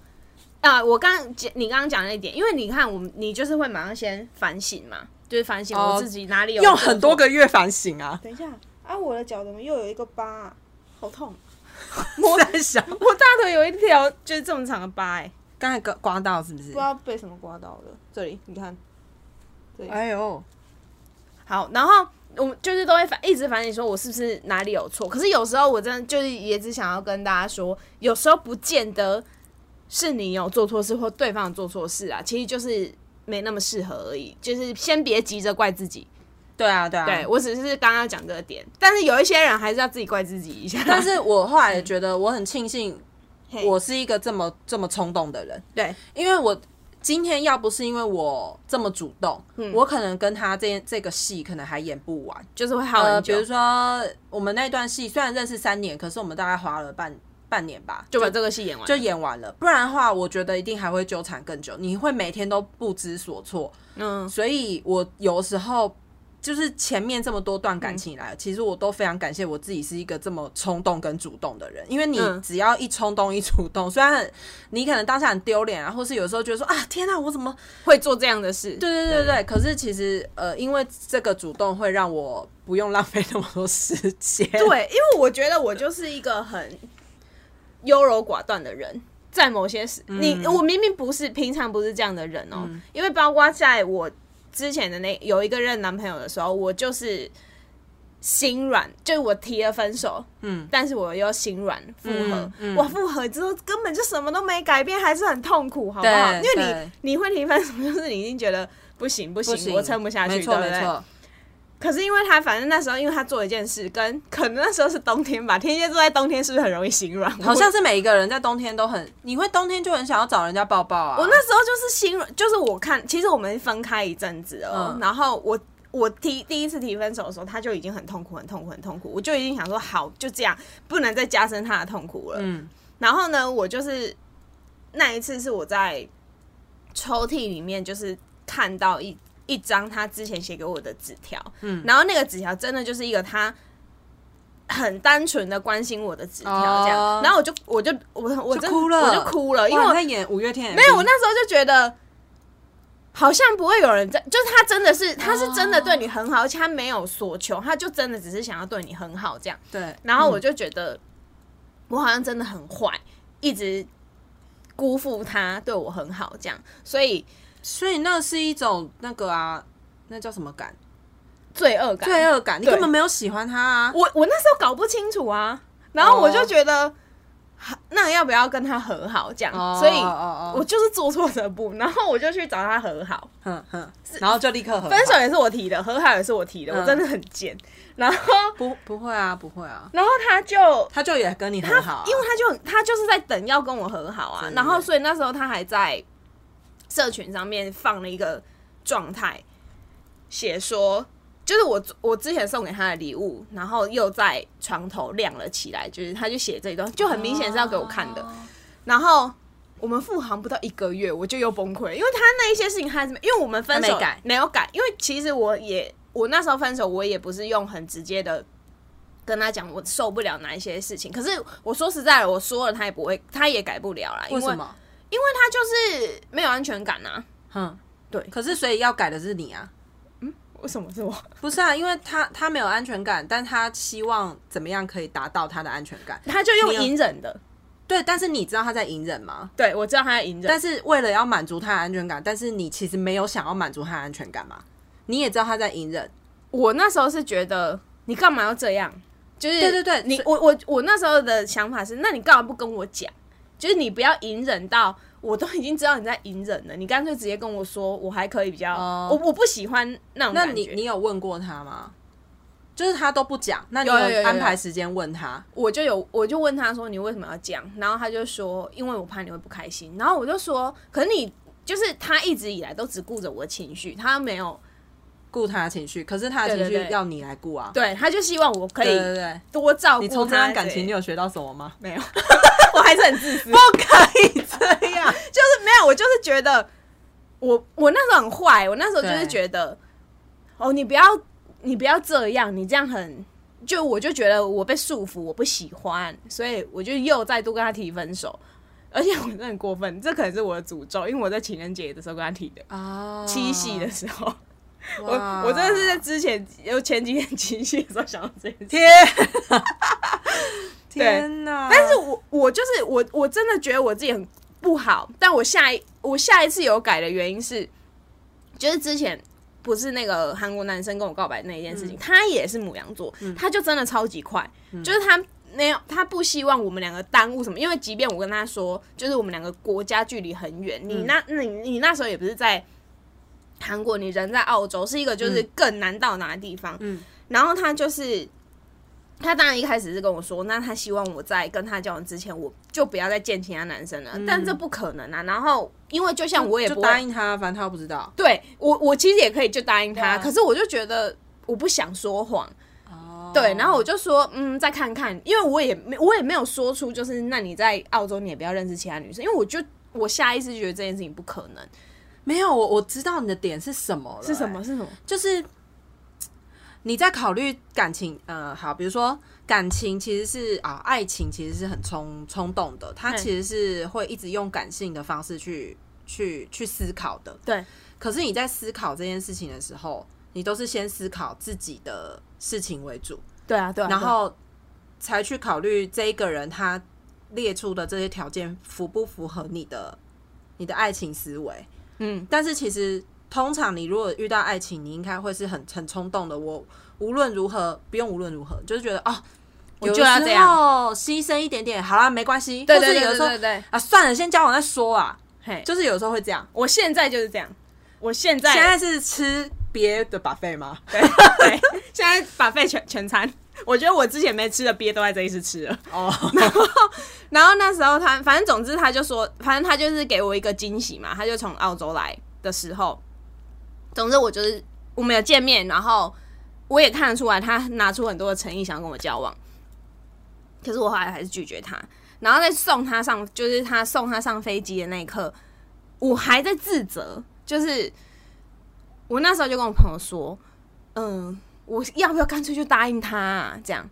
[SPEAKER 2] 啊、我刚讲你刚刚讲那一点，因为你看我们，你就是会马上先反省嘛，就是反省
[SPEAKER 1] 哦
[SPEAKER 2] 我自己哪里有、
[SPEAKER 1] 用很多。个月反省 [laughs] 啊，
[SPEAKER 2] 等一下啊，我的脚怎么又有一个疤、啊？好痛！
[SPEAKER 1] 我在想，
[SPEAKER 2] 我大腿有一条就是这么长的疤、哎，
[SPEAKER 1] 刚才刮刮到是不是
[SPEAKER 2] 不知？道被什么刮到的。这里你看，
[SPEAKER 1] 哎呦，
[SPEAKER 2] 好，然后我们就是都会反一直反省说我是不是哪里有错。可是有时候我真的就是也只想要跟大家说，有时候不见得是你有做错事或对方有做错事啊，其实就是没那么适合而已。就是先别急着怪自己。
[SPEAKER 1] 对啊，对啊，
[SPEAKER 2] 对我只是刚刚讲这个点，但是有一些人还是要自己怪自己一下。
[SPEAKER 1] 但是我后来觉得我很庆幸，
[SPEAKER 2] 嘿
[SPEAKER 1] 我是一个这么这么冲动的人，
[SPEAKER 2] [laughs] 对
[SPEAKER 1] 因为我今天要不是因为我这么主动，
[SPEAKER 2] 嗯
[SPEAKER 1] 我可能跟他这这个戏可能还演不完。
[SPEAKER 2] 就是会耗
[SPEAKER 1] 呃，
[SPEAKER 2] 很
[SPEAKER 1] 比
[SPEAKER 2] 久，
[SPEAKER 1] 如说我们那段戏虽然认识三年，可是我们大概花了半半年吧，
[SPEAKER 2] 就把这个戏演完。
[SPEAKER 1] 就演完了。不然的话，我觉得一定还会纠缠更久，你会每天都不知所措。
[SPEAKER 2] 嗯，
[SPEAKER 1] 所以我有时候。就是前面这么多段
[SPEAKER 2] 嗯
[SPEAKER 1] 感情以来，其实我都非常感谢我自己是一个这么冲动跟主动的人，因为你
[SPEAKER 2] 嗯
[SPEAKER 1] 只要一冲动一主动，虽然很你可能当下很丢脸啊，或是有时候觉得说啊天啊，我怎么
[SPEAKER 2] 会做这样的事。
[SPEAKER 1] 对对对对，可是其实呃，因为这个主动会让我不用浪费那么多时间。
[SPEAKER 2] 对，因为我觉得我就是一个很优柔寡断的人，在某些时，
[SPEAKER 1] 嗯
[SPEAKER 2] 你我明明不是平常不是这样的人哦、因为包括在我之前的那有一个认男朋友的时候，我就是心软，就是我提了分手，嗯，但是我又心软复合
[SPEAKER 1] 嗯，嗯
[SPEAKER 2] 我复合之后根本就什么都没改变，还是很痛苦，好不好？
[SPEAKER 1] 对
[SPEAKER 2] 因为
[SPEAKER 1] 对
[SPEAKER 2] 你你会提分手，就是你已经觉得不行不行，
[SPEAKER 1] 不行，
[SPEAKER 2] 我撑不下去，
[SPEAKER 1] 没错
[SPEAKER 2] 对不
[SPEAKER 1] 没
[SPEAKER 2] 对
[SPEAKER 1] 错，
[SPEAKER 2] 可是因为他反正那时候，因为他做一件事，跟可能那时候是冬天吧，天蝎座在冬天是不是很容易心软？
[SPEAKER 1] [laughs] 好像是每一个人在冬天都很，你会冬天就很想要找人家抱抱啊。
[SPEAKER 2] 我我那时候就是心软，就是我看，其实我们分开一阵子哦，
[SPEAKER 1] 嗯
[SPEAKER 2] 然后我。我提第一次提分手的时候，他就已经很痛苦，很痛苦，很痛苦。我就已经想说，好，就这样，不能再加深他的痛苦了。
[SPEAKER 1] 嗯
[SPEAKER 2] 然后呢，我就是那一次是我在抽屉里面就是看到一一张他之前写给我的纸条，
[SPEAKER 1] 嗯
[SPEAKER 2] 然后那个纸条真的就是一个他。很单纯的关心我的纸条这样
[SPEAKER 1] 哦
[SPEAKER 2] 然后我就我就我我真
[SPEAKER 1] 就哭了
[SPEAKER 2] 我就哭了，因为
[SPEAKER 1] 哇
[SPEAKER 2] 我
[SPEAKER 1] 你在演五月天，
[SPEAKER 2] 没有我那时候就觉得好像不会有人在，就是他真的是他是
[SPEAKER 1] 哦
[SPEAKER 2] 真的对你很好而且他没有所求，他就真的只是想要对你很好这样。
[SPEAKER 1] 对，
[SPEAKER 2] 然后我就觉得我好像真的很坏，一直辜负他对我很好这样，所以
[SPEAKER 1] 所以那是一种那个啊，那叫什么感？
[SPEAKER 2] 罪恶感。
[SPEAKER 1] 罪恶感，你根
[SPEAKER 2] 对
[SPEAKER 1] 本没有喜欢他啊。哦
[SPEAKER 2] 我我那时候搞不清楚啊，然后我就觉得。那要不要跟他和好这样？
[SPEAKER 1] 哦
[SPEAKER 2] 所以
[SPEAKER 1] 哦哦
[SPEAKER 2] 我就是做错这步，然后我就去找他和好。
[SPEAKER 1] 哼哼，然后就立刻和好
[SPEAKER 2] 分手也是我提的，和好也是我提的，
[SPEAKER 1] 嗯
[SPEAKER 2] 我真的很贱。然后，
[SPEAKER 1] 不不会啊，不会啊，
[SPEAKER 2] 然后他就
[SPEAKER 1] 他就也跟你很好啊、
[SPEAKER 2] 因为他就他就是在等要跟我和好啊
[SPEAKER 1] 真，的
[SPEAKER 2] 然后所以那时候他还在社群上面放了一个状态，写说就是我我之前送给他的礼物，然后又在床头亮了起来，就是他就写这一段，就很明显是要给我看的。
[SPEAKER 1] 哦
[SPEAKER 2] 然后我们复航不到一个月，我就又崩溃，因为他那一些事情他还是没，因为我们分手
[SPEAKER 1] 他没改
[SPEAKER 2] 有改，因为其实我也我那时候分手，我也不是用很直接的。跟他讲我受不了哪一些事情，可是我说实在的，我说了他也不会，他也改不了啦。因
[SPEAKER 1] 为
[SPEAKER 2] 为
[SPEAKER 1] 什？么？
[SPEAKER 2] 因为他就是没有安全感呐、啊。
[SPEAKER 1] 哼，
[SPEAKER 2] 对
[SPEAKER 1] 可是所以要改的是你啊，
[SPEAKER 2] 为什么是我？
[SPEAKER 1] 不是啊？因为他他没有安全感，但他希望怎么样可以达到他的安全感？
[SPEAKER 2] 他就用
[SPEAKER 1] 你有
[SPEAKER 2] 隐忍的，
[SPEAKER 1] 对，但是你知道他在隐忍吗？
[SPEAKER 2] 对我知道他在隐忍，
[SPEAKER 1] 但是为了要满足他的安全感，但是你其实没有想要满足他的安全感嘛？你也知道他在隐忍，
[SPEAKER 2] 我那时候是觉得你干嘛要这样？就是
[SPEAKER 1] 对对对
[SPEAKER 2] 你
[SPEAKER 1] 所
[SPEAKER 2] 我我我那时候的想法是，那你干嘛不跟我讲？就是你不要隐忍到我都已经知道你在隐忍了，你干脆直接跟我说，我还可以比较，
[SPEAKER 1] 哦
[SPEAKER 2] 我我不喜欢那种
[SPEAKER 1] 那
[SPEAKER 2] 感
[SPEAKER 1] 你
[SPEAKER 2] 觉。
[SPEAKER 1] 你有问过他吗？就是他都不讲，那你
[SPEAKER 2] 有有有有
[SPEAKER 1] 安排时间问他？
[SPEAKER 2] 我就有我就问他说你为什么要这样，然后他就说因为我怕你会不开心，然后我就说可是你就是他一直以来都只顾着我的情绪，他没有
[SPEAKER 1] 顾他的情绪，可是他的情
[SPEAKER 2] 对对
[SPEAKER 1] 绪
[SPEAKER 2] 对
[SPEAKER 1] 要你来顾啊。
[SPEAKER 2] 对，他就希望我可
[SPEAKER 1] 对
[SPEAKER 2] 以
[SPEAKER 1] 对对，
[SPEAKER 2] 多照顾
[SPEAKER 1] 你
[SPEAKER 2] 他。欸
[SPEAKER 1] 从这段感情你
[SPEAKER 2] 对
[SPEAKER 1] 有学到什么吗？
[SPEAKER 2] 没有，
[SPEAKER 1] [laughs]
[SPEAKER 2] 我还是很自私。
[SPEAKER 1] 不可以这样，
[SPEAKER 2] 就是没有，我就是觉得我我那时候很坏，我那时候就是
[SPEAKER 1] 对
[SPEAKER 2] 觉得，哦，你不要你不要这样，你这样很就我就觉得我被束缚，我不喜欢，所以我就又再度跟他提分手。而且我真的很过分，这可能是我的诅咒，因为我在情人节的时候跟他提的，
[SPEAKER 1] 啊，
[SPEAKER 2] [laughs] 七夕的时候，我
[SPEAKER 1] 哇，
[SPEAKER 2] 我真的是在之前有前几天七夕的时候想到这件事， [laughs]
[SPEAKER 1] 天天哪！
[SPEAKER 2] 但是我我就是我我真的觉得我自己很不好，但我下一我下一次有改的原因是，就是之前不是那个韩国男生跟我告白那一件事情，他也是母羊座，他就真的超级快，就是他。没有，他不希望我们两个耽误什么，因为即便我跟他说，就是我们两个国家距离很远，你那、你你那时候也不是在韩国，你人在澳洲，是一个就是更难到达的地方，
[SPEAKER 1] 嗯
[SPEAKER 2] 然后他就是他当然一开始是跟我说，那他希望我在跟他交往之前，我就不要再见其他男生了，但这不可能啊。然后因为就像我也
[SPEAKER 1] 嗯就
[SPEAKER 2] 不
[SPEAKER 1] 答
[SPEAKER 2] 会，
[SPEAKER 1] 应他，反正他不知道。
[SPEAKER 2] 对我我其实也可以就答应他，
[SPEAKER 1] 对啊
[SPEAKER 2] 可是我就觉得我不想说谎，
[SPEAKER 1] 哦，
[SPEAKER 2] 对，然后我就说，嗯，再看看，因为我也没我也没有说出，就是那你在澳洲你也不要认识其他女生，因为我就我下意识觉得这件事情不可能，
[SPEAKER 1] 没有我，我知道你的点是什么了、
[SPEAKER 2] 是什么？是什么？
[SPEAKER 1] 就是你在考虑感情，呃，好，比如说感情其实是啊，爱情其实是很冲冲动的，它
[SPEAKER 2] 嗯
[SPEAKER 1] 其实是会一直用感性的方式去去去思考的。
[SPEAKER 2] 对，
[SPEAKER 1] 可是你在思考这件事情的时候，你都是先思考自己的事情为主，
[SPEAKER 2] 对啊，对啊，
[SPEAKER 1] 然后才去考虑这一个人他列出的这些条件符不符合你的你的爱情思维。
[SPEAKER 2] 嗯，
[SPEAKER 1] 但是其实通常你如果遇到爱情，你应该会是很很冲动的。我无论如何不用无论如何，就是觉得哦，
[SPEAKER 2] 我
[SPEAKER 1] 有
[SPEAKER 2] 就要这
[SPEAKER 1] 时
[SPEAKER 2] 样
[SPEAKER 1] 候牺牲一点点，好啦，没关系。
[SPEAKER 2] 对对
[SPEAKER 1] 或
[SPEAKER 2] 对
[SPEAKER 1] 是有
[SPEAKER 2] 对
[SPEAKER 1] 的时候
[SPEAKER 2] 对对，
[SPEAKER 1] 啊，算了，先交往再说啊。
[SPEAKER 2] 嘿，
[SPEAKER 1] 就是有时候会这样。
[SPEAKER 2] 我现在就是这样，我现在
[SPEAKER 1] 现在是吃别的 buffet 吗？
[SPEAKER 2] 对对，现在把费全全餐， [laughs] 我觉得我之前没吃的鳖都在这一次吃了。 [laughs]
[SPEAKER 1] 哦，
[SPEAKER 2] 然后那时候他，反正总之他就说，反正他就是给我一个惊喜嘛，他就从澳洲来的时候，总之我就是我们有见面，然后我也看得出来他拿出很多的诚意想要跟我交往，可是我后来还是拒绝他。然后在送他上，就是他送他上飞机的那一刻，我还在自责，就是我那时候就跟我朋友说，嗯，我要不要干脆就答应他、啊、这样？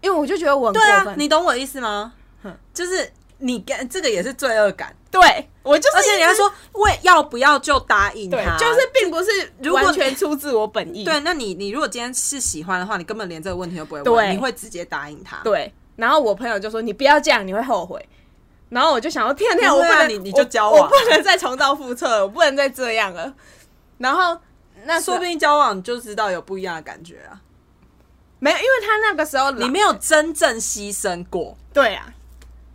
[SPEAKER 2] 因为我就觉得我很过
[SPEAKER 1] 对
[SPEAKER 2] 分，
[SPEAKER 1] 啊，你懂我的意思吗？就是你跟这个也是罪恶感，
[SPEAKER 2] 对我就是，
[SPEAKER 1] 而且你还说为要不要就答应
[SPEAKER 2] 对
[SPEAKER 1] 他，，
[SPEAKER 2] 就是并不是
[SPEAKER 1] 啊如果
[SPEAKER 2] 完全出自我本意。
[SPEAKER 1] 对。那你你如果今天是喜欢的话，你根本连这个问题都不会
[SPEAKER 2] 对
[SPEAKER 1] 问，你会直接答应他。
[SPEAKER 2] 对然后我朋友就说：“你不要这样，你会后悔。”然后我就想说：“天啊天啊，
[SPEAKER 1] 不
[SPEAKER 2] 我
[SPEAKER 1] 会
[SPEAKER 2] 不
[SPEAKER 1] 啊
[SPEAKER 2] 能，
[SPEAKER 1] 你你
[SPEAKER 2] 我
[SPEAKER 1] 就交往
[SPEAKER 2] 我不能再重蹈覆辙了，我不能再这样了。”然后那时
[SPEAKER 1] 说
[SPEAKER 2] 候
[SPEAKER 1] 不定交往你就知道有不一样的感觉啊！
[SPEAKER 2] 没有，因为他那个时候
[SPEAKER 1] 你
[SPEAKER 2] 你
[SPEAKER 1] 没有真正牺牲过，
[SPEAKER 2] 对啊，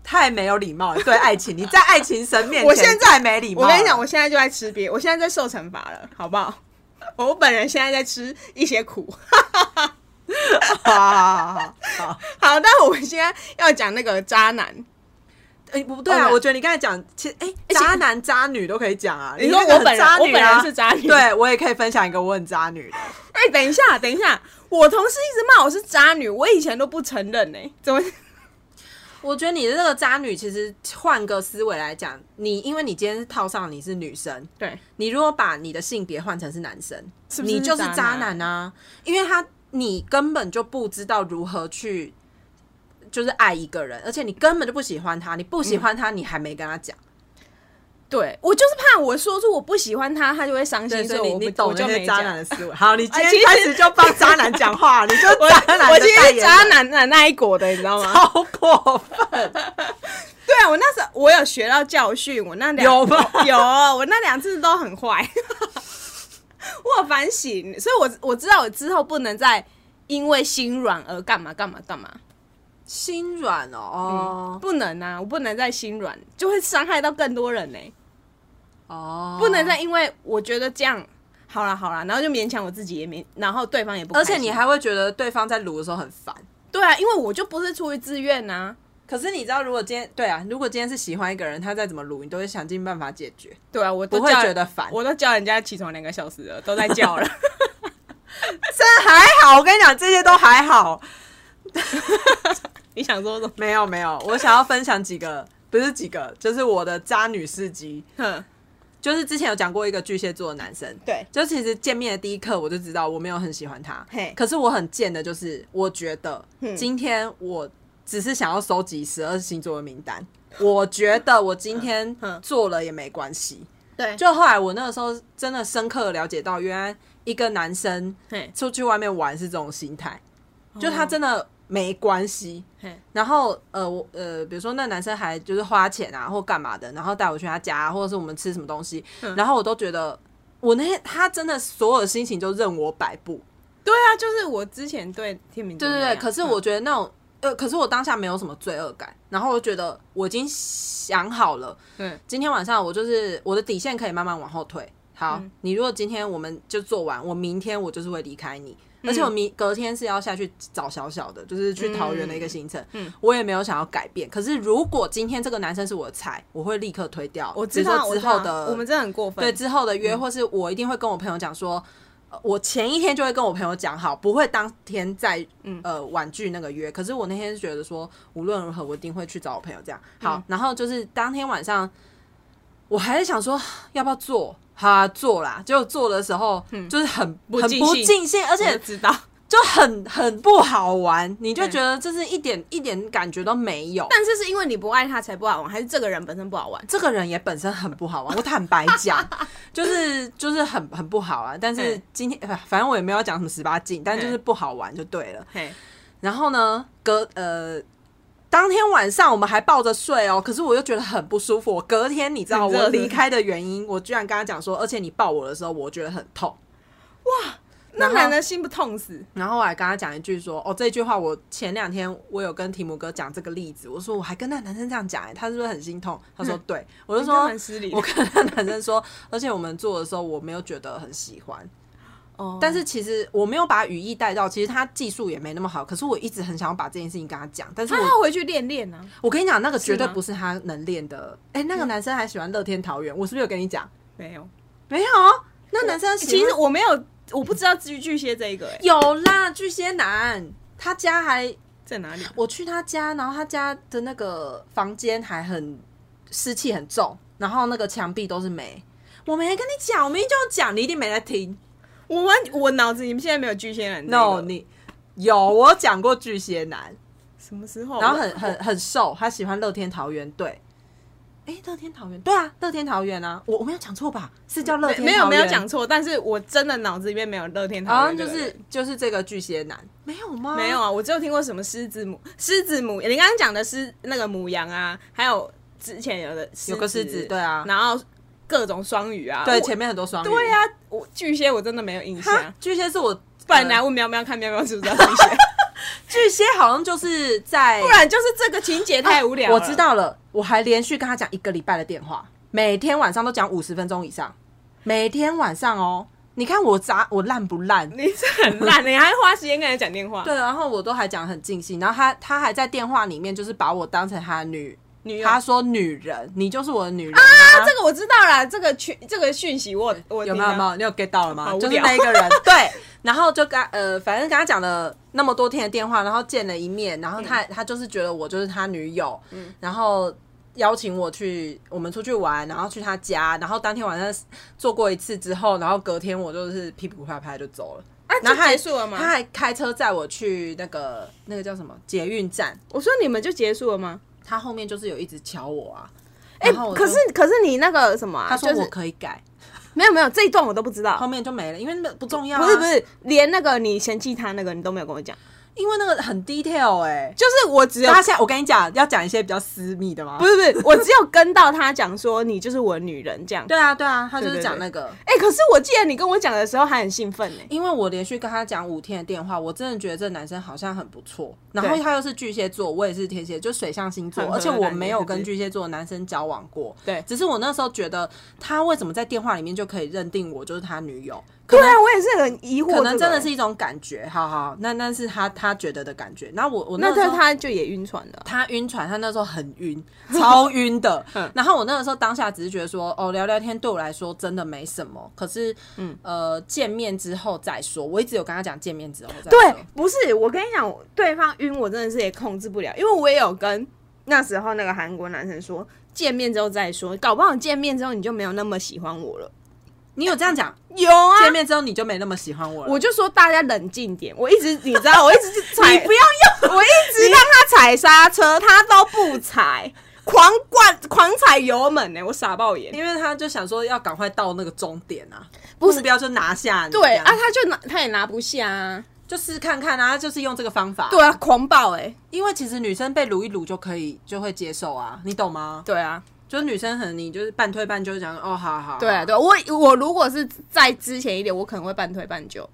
[SPEAKER 1] 太没有礼 [laughs] 貌了，对爱情，你在爱情神面前，
[SPEAKER 2] 我现在
[SPEAKER 1] 太没礼貌。
[SPEAKER 2] 我跟你
[SPEAKER 1] [laughs]
[SPEAKER 2] 讲，我，现在就在吃瘪，我现在在受惩罚了，好不好？ [laughs] 我本人现在在吃一些苦。 [laughs]
[SPEAKER 1] 好好好好好，
[SPEAKER 2] 好，但我们现在要讲那个渣男，
[SPEAKER 1] 哎，不对啊，
[SPEAKER 2] OK
[SPEAKER 1] 我觉得你刚才讲，其实哎，渣男渣女都可以讲啊。
[SPEAKER 2] 你说
[SPEAKER 1] 那个
[SPEAKER 2] 我
[SPEAKER 1] 很
[SPEAKER 2] 本人
[SPEAKER 1] 渣
[SPEAKER 2] 我
[SPEAKER 1] 女
[SPEAKER 2] 本人
[SPEAKER 1] 啊
[SPEAKER 2] 是渣
[SPEAKER 1] [laughs]
[SPEAKER 2] 女
[SPEAKER 1] 对我也可以分享一个我很渣女的。
[SPEAKER 2] 哎、等一下，等一下，我同事一直骂我是渣女，我以前都不承认呢、怎么？ [laughs]
[SPEAKER 1] 我觉得你的这个渣女，其实换个思维来讲，你因为你今天是套上你是女生，
[SPEAKER 2] 对，
[SPEAKER 1] 你如果把你的性别换成是男生，
[SPEAKER 2] 是不是
[SPEAKER 1] 你就是
[SPEAKER 2] 渣男
[SPEAKER 1] 渣男啊？因为他你根本就不知道如何去。就是爱一个人，而且你根本就不喜欢他，你
[SPEAKER 2] 嗯
[SPEAKER 1] 不喜欢他，你还没跟他讲，
[SPEAKER 2] 对我就是怕我说出我不喜欢他，他就会伤
[SPEAKER 1] 对，
[SPEAKER 2] 心，
[SPEAKER 1] 所
[SPEAKER 2] 所
[SPEAKER 1] 以你
[SPEAKER 2] 以我不
[SPEAKER 1] 你懂
[SPEAKER 2] 我
[SPEAKER 1] 那
[SPEAKER 2] 就
[SPEAKER 1] 些
[SPEAKER 2] 没
[SPEAKER 1] 渣
[SPEAKER 2] 讲
[SPEAKER 1] 男
[SPEAKER 2] [laughs]
[SPEAKER 1] 的思维。好，你今天
[SPEAKER 2] 哎其实
[SPEAKER 1] 开始就帮渣男讲话，你就是渣男
[SPEAKER 2] [laughs] 我
[SPEAKER 1] 的
[SPEAKER 2] 今
[SPEAKER 1] 代
[SPEAKER 2] 天是
[SPEAKER 1] 言
[SPEAKER 2] 渣
[SPEAKER 1] 人，
[SPEAKER 2] 男的那一国的，你知
[SPEAKER 1] [laughs]
[SPEAKER 2] 道吗？
[SPEAKER 1] 好过分，
[SPEAKER 2] 对啊，我那时候我有学到教训，我那两
[SPEAKER 1] [laughs] 有吗
[SPEAKER 2] [laughs] 有，我那两次都很坏， [laughs] 我有反省，所以我我知道我之后不能再因为心软而干嘛干嘛干嘛，
[SPEAKER 1] 心软哦哦
[SPEAKER 2] 不能啊，我不能再心软，就会伤害到更多人呢、
[SPEAKER 1] 哦，
[SPEAKER 2] 嗯不能再因为我觉得这样好啦好啦，然后就勉强我自己也勉，然后对方也不开
[SPEAKER 1] 而
[SPEAKER 2] 心，
[SPEAKER 1] 且你还会觉得对方在撸的时候很烦。
[SPEAKER 2] 对啊，因为我就不是出于自愿啊呐、
[SPEAKER 1] 可是你知道，如果今天对啊，如果今天是喜欢一个人，他再怎么撸，你都会想尽办法解决。
[SPEAKER 2] 对啊，我都
[SPEAKER 1] 不会
[SPEAKER 2] 叫
[SPEAKER 1] 觉得烦
[SPEAKER 2] 我都叫人家起床两个小时了，都在
[SPEAKER 1] [laughs]
[SPEAKER 2] 叫了。
[SPEAKER 1] 这还好，我跟你讲，这些都还好。
[SPEAKER 2] 你想说什么？
[SPEAKER 1] 没有没有，我想要分享几个，不是几个，就是我的渣女事迹。
[SPEAKER 2] 哼，
[SPEAKER 1] 就是之前有讲过一个巨蟹座的男生，
[SPEAKER 2] 对，
[SPEAKER 1] 就其实见面的第一刻我就知道我没有很喜欢他
[SPEAKER 2] 嘿，
[SPEAKER 1] 可是我很贱的，就是我觉得
[SPEAKER 2] 嗯
[SPEAKER 1] 今天我只是想要收集十二星座的名单，我觉得我今天
[SPEAKER 2] 嗯
[SPEAKER 1] 做了也没关系。
[SPEAKER 2] 对，
[SPEAKER 1] 就后来我那个时候真的深刻地了解到，原来一个男生
[SPEAKER 2] 嘿，哦
[SPEAKER 1] 出去外面玩是这种心态，就他真的没关系
[SPEAKER 2] 嘿。
[SPEAKER 1] 然后呃，我呃，比如说那男生还就是花钱啊，或干嘛的，然后带我去他家、或者是我们吃什么东西，
[SPEAKER 2] 嗯
[SPEAKER 1] 然后我都觉得我那天他真的所有的心情就任我摆布。
[SPEAKER 2] 对啊，就是我之前对天明
[SPEAKER 1] 对对对，可
[SPEAKER 2] 嗯
[SPEAKER 1] 是我觉得那种。呃，可是我当下没有什么罪恶感，然后我觉得我已经想好了，
[SPEAKER 2] 嗯，
[SPEAKER 1] 今天晚上我就是我的底线可以慢慢往后退。好，
[SPEAKER 2] 嗯
[SPEAKER 1] 你如果今天我们就做完，我明天我就是会离开你，
[SPEAKER 2] 嗯
[SPEAKER 1] 而且我明隔天是要下去找小小的，就是去桃园的一个行程。嗯，我也没有想要改变。可是如果今天这个男生是我的菜，我会立刻推掉。
[SPEAKER 2] 我
[SPEAKER 1] 只是
[SPEAKER 2] 知
[SPEAKER 1] 说
[SPEAKER 2] 道我
[SPEAKER 1] 之
[SPEAKER 2] 知道
[SPEAKER 1] 后的
[SPEAKER 2] 我们真的很过分，
[SPEAKER 1] 对之后的
[SPEAKER 2] 嗯
[SPEAKER 1] 约，或是我一定会跟我朋友讲说。呃我前一天就会跟我朋友讲好，不会当天再
[SPEAKER 2] 嗯
[SPEAKER 1] 呃婉拒那个约。可是我那天是觉得说，无论如何我一定会去找我朋友这样。
[SPEAKER 2] 嗯
[SPEAKER 1] 好，然后就是当天晚上，我还在想说 [sighs] 要不要做，好、啊、做啦。结果做的时候，就是很
[SPEAKER 2] 嗯不
[SPEAKER 1] 很
[SPEAKER 2] 尽
[SPEAKER 1] 不
[SPEAKER 2] 兴
[SPEAKER 1] 尽兴，而
[SPEAKER 2] 我
[SPEAKER 1] 且
[SPEAKER 2] 就知道，
[SPEAKER 1] 就很很不好玩。你就
[SPEAKER 2] 对
[SPEAKER 1] 觉得这是一点一点感觉都没有。
[SPEAKER 2] [laughs] 但是是因为你不爱他才不好玩，还是这个人本身不好玩？
[SPEAKER 1] 这个人也本身很不好玩，我坦白
[SPEAKER 2] [laughs]
[SPEAKER 1] 讲，就是就是很很不好啊。但是
[SPEAKER 2] 嗯
[SPEAKER 1] 今天呃反正我也没有讲什么十八禁，但就是
[SPEAKER 2] 嗯
[SPEAKER 1] 不好玩就对了。
[SPEAKER 2] [laughs] 嘿，
[SPEAKER 1] 然后呢，隔呃当天晚上我们还抱着睡哦，可是我又觉得很不舒服。我隔天你知道
[SPEAKER 2] 很热
[SPEAKER 1] 我
[SPEAKER 2] 是不是
[SPEAKER 1] 离开的原因，我居然跟他讲说，而且你抱我的时候，我觉得很痛。
[SPEAKER 2] 那
[SPEAKER 1] 然后
[SPEAKER 2] 男的心不痛死，
[SPEAKER 1] 然后我还跟他讲一句说，哦，这句话我前两天我有跟提姆哥讲这个例子，我说我还跟那男生这样讲、欸，他是不是很心痛？他说对，我就
[SPEAKER 2] 嗯你真
[SPEAKER 1] 说
[SPEAKER 2] 蛮失礼的
[SPEAKER 1] 我跟那男生说，而且我们做的时候我没有觉得很喜欢，
[SPEAKER 2] 哦
[SPEAKER 1] 但是其实我没有把语义带到，其实他技术也没那么好，可是我一直很想要把这件事情跟他讲，但是
[SPEAKER 2] 他
[SPEAKER 1] 我
[SPEAKER 2] 要回去练练啊。
[SPEAKER 1] 我跟你讲，那个绝对
[SPEAKER 2] 是吗
[SPEAKER 1] 不是他能练的，哎、那个男生还喜欢乐天桃园，我是不是有跟你讲？
[SPEAKER 2] 没有，欸
[SPEAKER 1] 没有，那男生喜欢
[SPEAKER 2] 其实我没有，我不知道巨巨蟹这一个、欸，
[SPEAKER 1] 有啦，巨蟹男，他家还
[SPEAKER 2] 在哪里？
[SPEAKER 1] 我去他家，然后他家的那个房间还很湿气很重，然后那个墙壁都是霉。我没跟你讲，我明明就有讲，你一定没在听。
[SPEAKER 2] [laughs] 我完，我脑子里面现在没有巨蟹男这个、
[SPEAKER 1] No，你有我有讲过巨蟹男，
[SPEAKER 2] 什么时候？
[SPEAKER 1] 然后很很很瘦，他喜欢乐天桃园队。哎、乐天桃园对啊，乐天桃园啊，我我没有讲错吧？是叫乐
[SPEAKER 2] 没
[SPEAKER 1] 天
[SPEAKER 2] 没有没有
[SPEAKER 1] 桃园
[SPEAKER 2] 讲错，但是我真的脑子里面没有乐天
[SPEAKER 1] 好
[SPEAKER 2] 桃
[SPEAKER 1] 像
[SPEAKER 2] 园这
[SPEAKER 1] 就
[SPEAKER 2] 个人、
[SPEAKER 1] 是就是这个巨蟹男，没有吗？
[SPEAKER 2] 没有啊，我只有听过什么狮子母、狮子母，你刚刚讲的狮那个母羊啊，还有之前有的
[SPEAKER 1] 有个狮子对啊
[SPEAKER 2] 然后各种双鱼啊，
[SPEAKER 1] 对，
[SPEAKER 2] 我
[SPEAKER 1] 前面很多双鱼。
[SPEAKER 2] 对啊啊，我巨蟹我真的没有印象
[SPEAKER 1] 哈，，巨蟹是我呃 [laughs]
[SPEAKER 2] 不然来问喵喵看喵喵知不知道巨蟹，
[SPEAKER 1] 巨蟹好像就是在，
[SPEAKER 2] 不然就是这个情节太无聊、
[SPEAKER 1] 啊我知，道了，我还连续跟他讲一个礼拜的电话，每天晚上都讲五十分钟以上，每天晚上哦。你看我砸我烂不烂？
[SPEAKER 2] 你是很烂，你还花时间跟人讲电话。
[SPEAKER 1] 对，然后我都还讲得很尽兴，然后他他还在电话里面就是把我当成他的女，
[SPEAKER 2] 女友
[SPEAKER 1] 他说女人，你就是我的女人
[SPEAKER 2] 啊，
[SPEAKER 1] 啊
[SPEAKER 2] 这个我知道啦，这个讯这个讯息我我
[SPEAKER 1] 有
[SPEAKER 2] 听啊
[SPEAKER 1] 没有？有没
[SPEAKER 2] 到
[SPEAKER 1] 有？你有 get 到了吗
[SPEAKER 2] 好？无
[SPEAKER 1] 就是
[SPEAKER 2] 聊
[SPEAKER 1] 那一个人，对。然后就跟他呃，反正跟他讲了那么多天的电话，然后见了一面，然后他、他就是觉得我就是他女友，然后邀请我去我们出去玩，然后去他家，然后当天晚上做过一次之后，然后隔天我就是屁股拍拍就走了。
[SPEAKER 2] 啊，
[SPEAKER 1] 然后
[SPEAKER 2] 就
[SPEAKER 1] 他还
[SPEAKER 2] 结束了
[SPEAKER 1] 他
[SPEAKER 2] 吗？
[SPEAKER 1] 还开车载我去那个那个叫什么捷运站，
[SPEAKER 2] 我说你们就结束了吗？
[SPEAKER 1] 他后面就是有一直瞧我啊。
[SPEAKER 2] 哎、
[SPEAKER 1] 然后我就
[SPEAKER 2] 可是可是你那个什么、啊，
[SPEAKER 1] 他说
[SPEAKER 2] 就
[SPEAKER 1] 我
[SPEAKER 2] 是
[SPEAKER 1] 可以改，
[SPEAKER 2] 没有没有这一段我都不知道
[SPEAKER 1] 后，面就没了，因为那不重要、啊。
[SPEAKER 2] 不是不，是，连那个你嫌弃他那个你都没有跟我讲，
[SPEAKER 1] 因为那个很 detail 哎、
[SPEAKER 2] 就是我只有
[SPEAKER 1] 他现在我跟你讲，要讲一些比较私密的吗？
[SPEAKER 2] 不，是不是，我只有跟到他讲说你就是我的女人这样。
[SPEAKER 1] 对啊对啊，他就是
[SPEAKER 2] 对对
[SPEAKER 1] 讲
[SPEAKER 2] 对
[SPEAKER 1] 那个，
[SPEAKER 2] 哎、可是我记得你跟我讲的时候还很兴奋呢、
[SPEAKER 1] 因为我连续跟他讲五天的电话，我真的觉得这男生好像很不错。然后
[SPEAKER 2] 对
[SPEAKER 1] 他又是巨蟹座，我也是天蝎，就水象星座
[SPEAKER 2] 很，合
[SPEAKER 1] 而且我没有
[SPEAKER 2] 感觉
[SPEAKER 1] 跟巨蟹座的男生交往过。
[SPEAKER 2] 对
[SPEAKER 1] 只是我那时候觉得他为什么在电话里面就可以认定我就是他女友？可
[SPEAKER 2] 对
[SPEAKER 1] 能
[SPEAKER 2] 啊，我也是很疑惑、
[SPEAKER 1] 可能真的是，一种感觉，好好，那那是他他觉得的感觉。那我我
[SPEAKER 2] 那
[SPEAKER 1] 时
[SPEAKER 2] 他
[SPEAKER 1] 候
[SPEAKER 2] 他就也晕船了。
[SPEAKER 1] 他晕船，他那时候很晕， [laughs] 超晕
[SPEAKER 2] [laughs]
[SPEAKER 1] 的。
[SPEAKER 2] 嗯
[SPEAKER 1] 然后我那个时候当下只是觉得说，哦，聊聊天对我来说真的没什么。可是，嗯，呃，见面之后再说。我一直有跟他讲见面之后再说。
[SPEAKER 2] 对，不是我跟你讲，对方晕我真的是也控制不了，因为我也有跟那时候那个韩国男生说，见面之后再说，搞不好见面之后你就没有那么喜欢我了。
[SPEAKER 1] 你有这样讲，
[SPEAKER 2] 有啊，
[SPEAKER 1] 见面之后你就没那么喜欢我了。
[SPEAKER 2] 我就说大家冷静点，我一直 [laughs] 你知道，我一直是踩，
[SPEAKER 1] 你不要
[SPEAKER 2] [laughs] 我一直让他踩刹车，他都不踩，狂灌狂踩油门欸呢、我傻爆眼。
[SPEAKER 1] 因为他就想说要赶快到那个终点啊，
[SPEAKER 2] 不是
[SPEAKER 1] 目标就拿下你这
[SPEAKER 2] 对
[SPEAKER 1] 样。
[SPEAKER 2] 啊，他就拿他也拿不下啊，
[SPEAKER 1] 就试看看啊，他就是用这个方法。
[SPEAKER 2] 对，啊，狂暴哎、
[SPEAKER 1] 因为其实女生被撸一撸就可以就会接受啊，你懂吗？
[SPEAKER 2] 对啊，
[SPEAKER 1] 就是女生可能你就是半推半就讲哦，好好好，
[SPEAKER 2] 对啊，对啊我我如果是在之前一点，我可能会半推半就。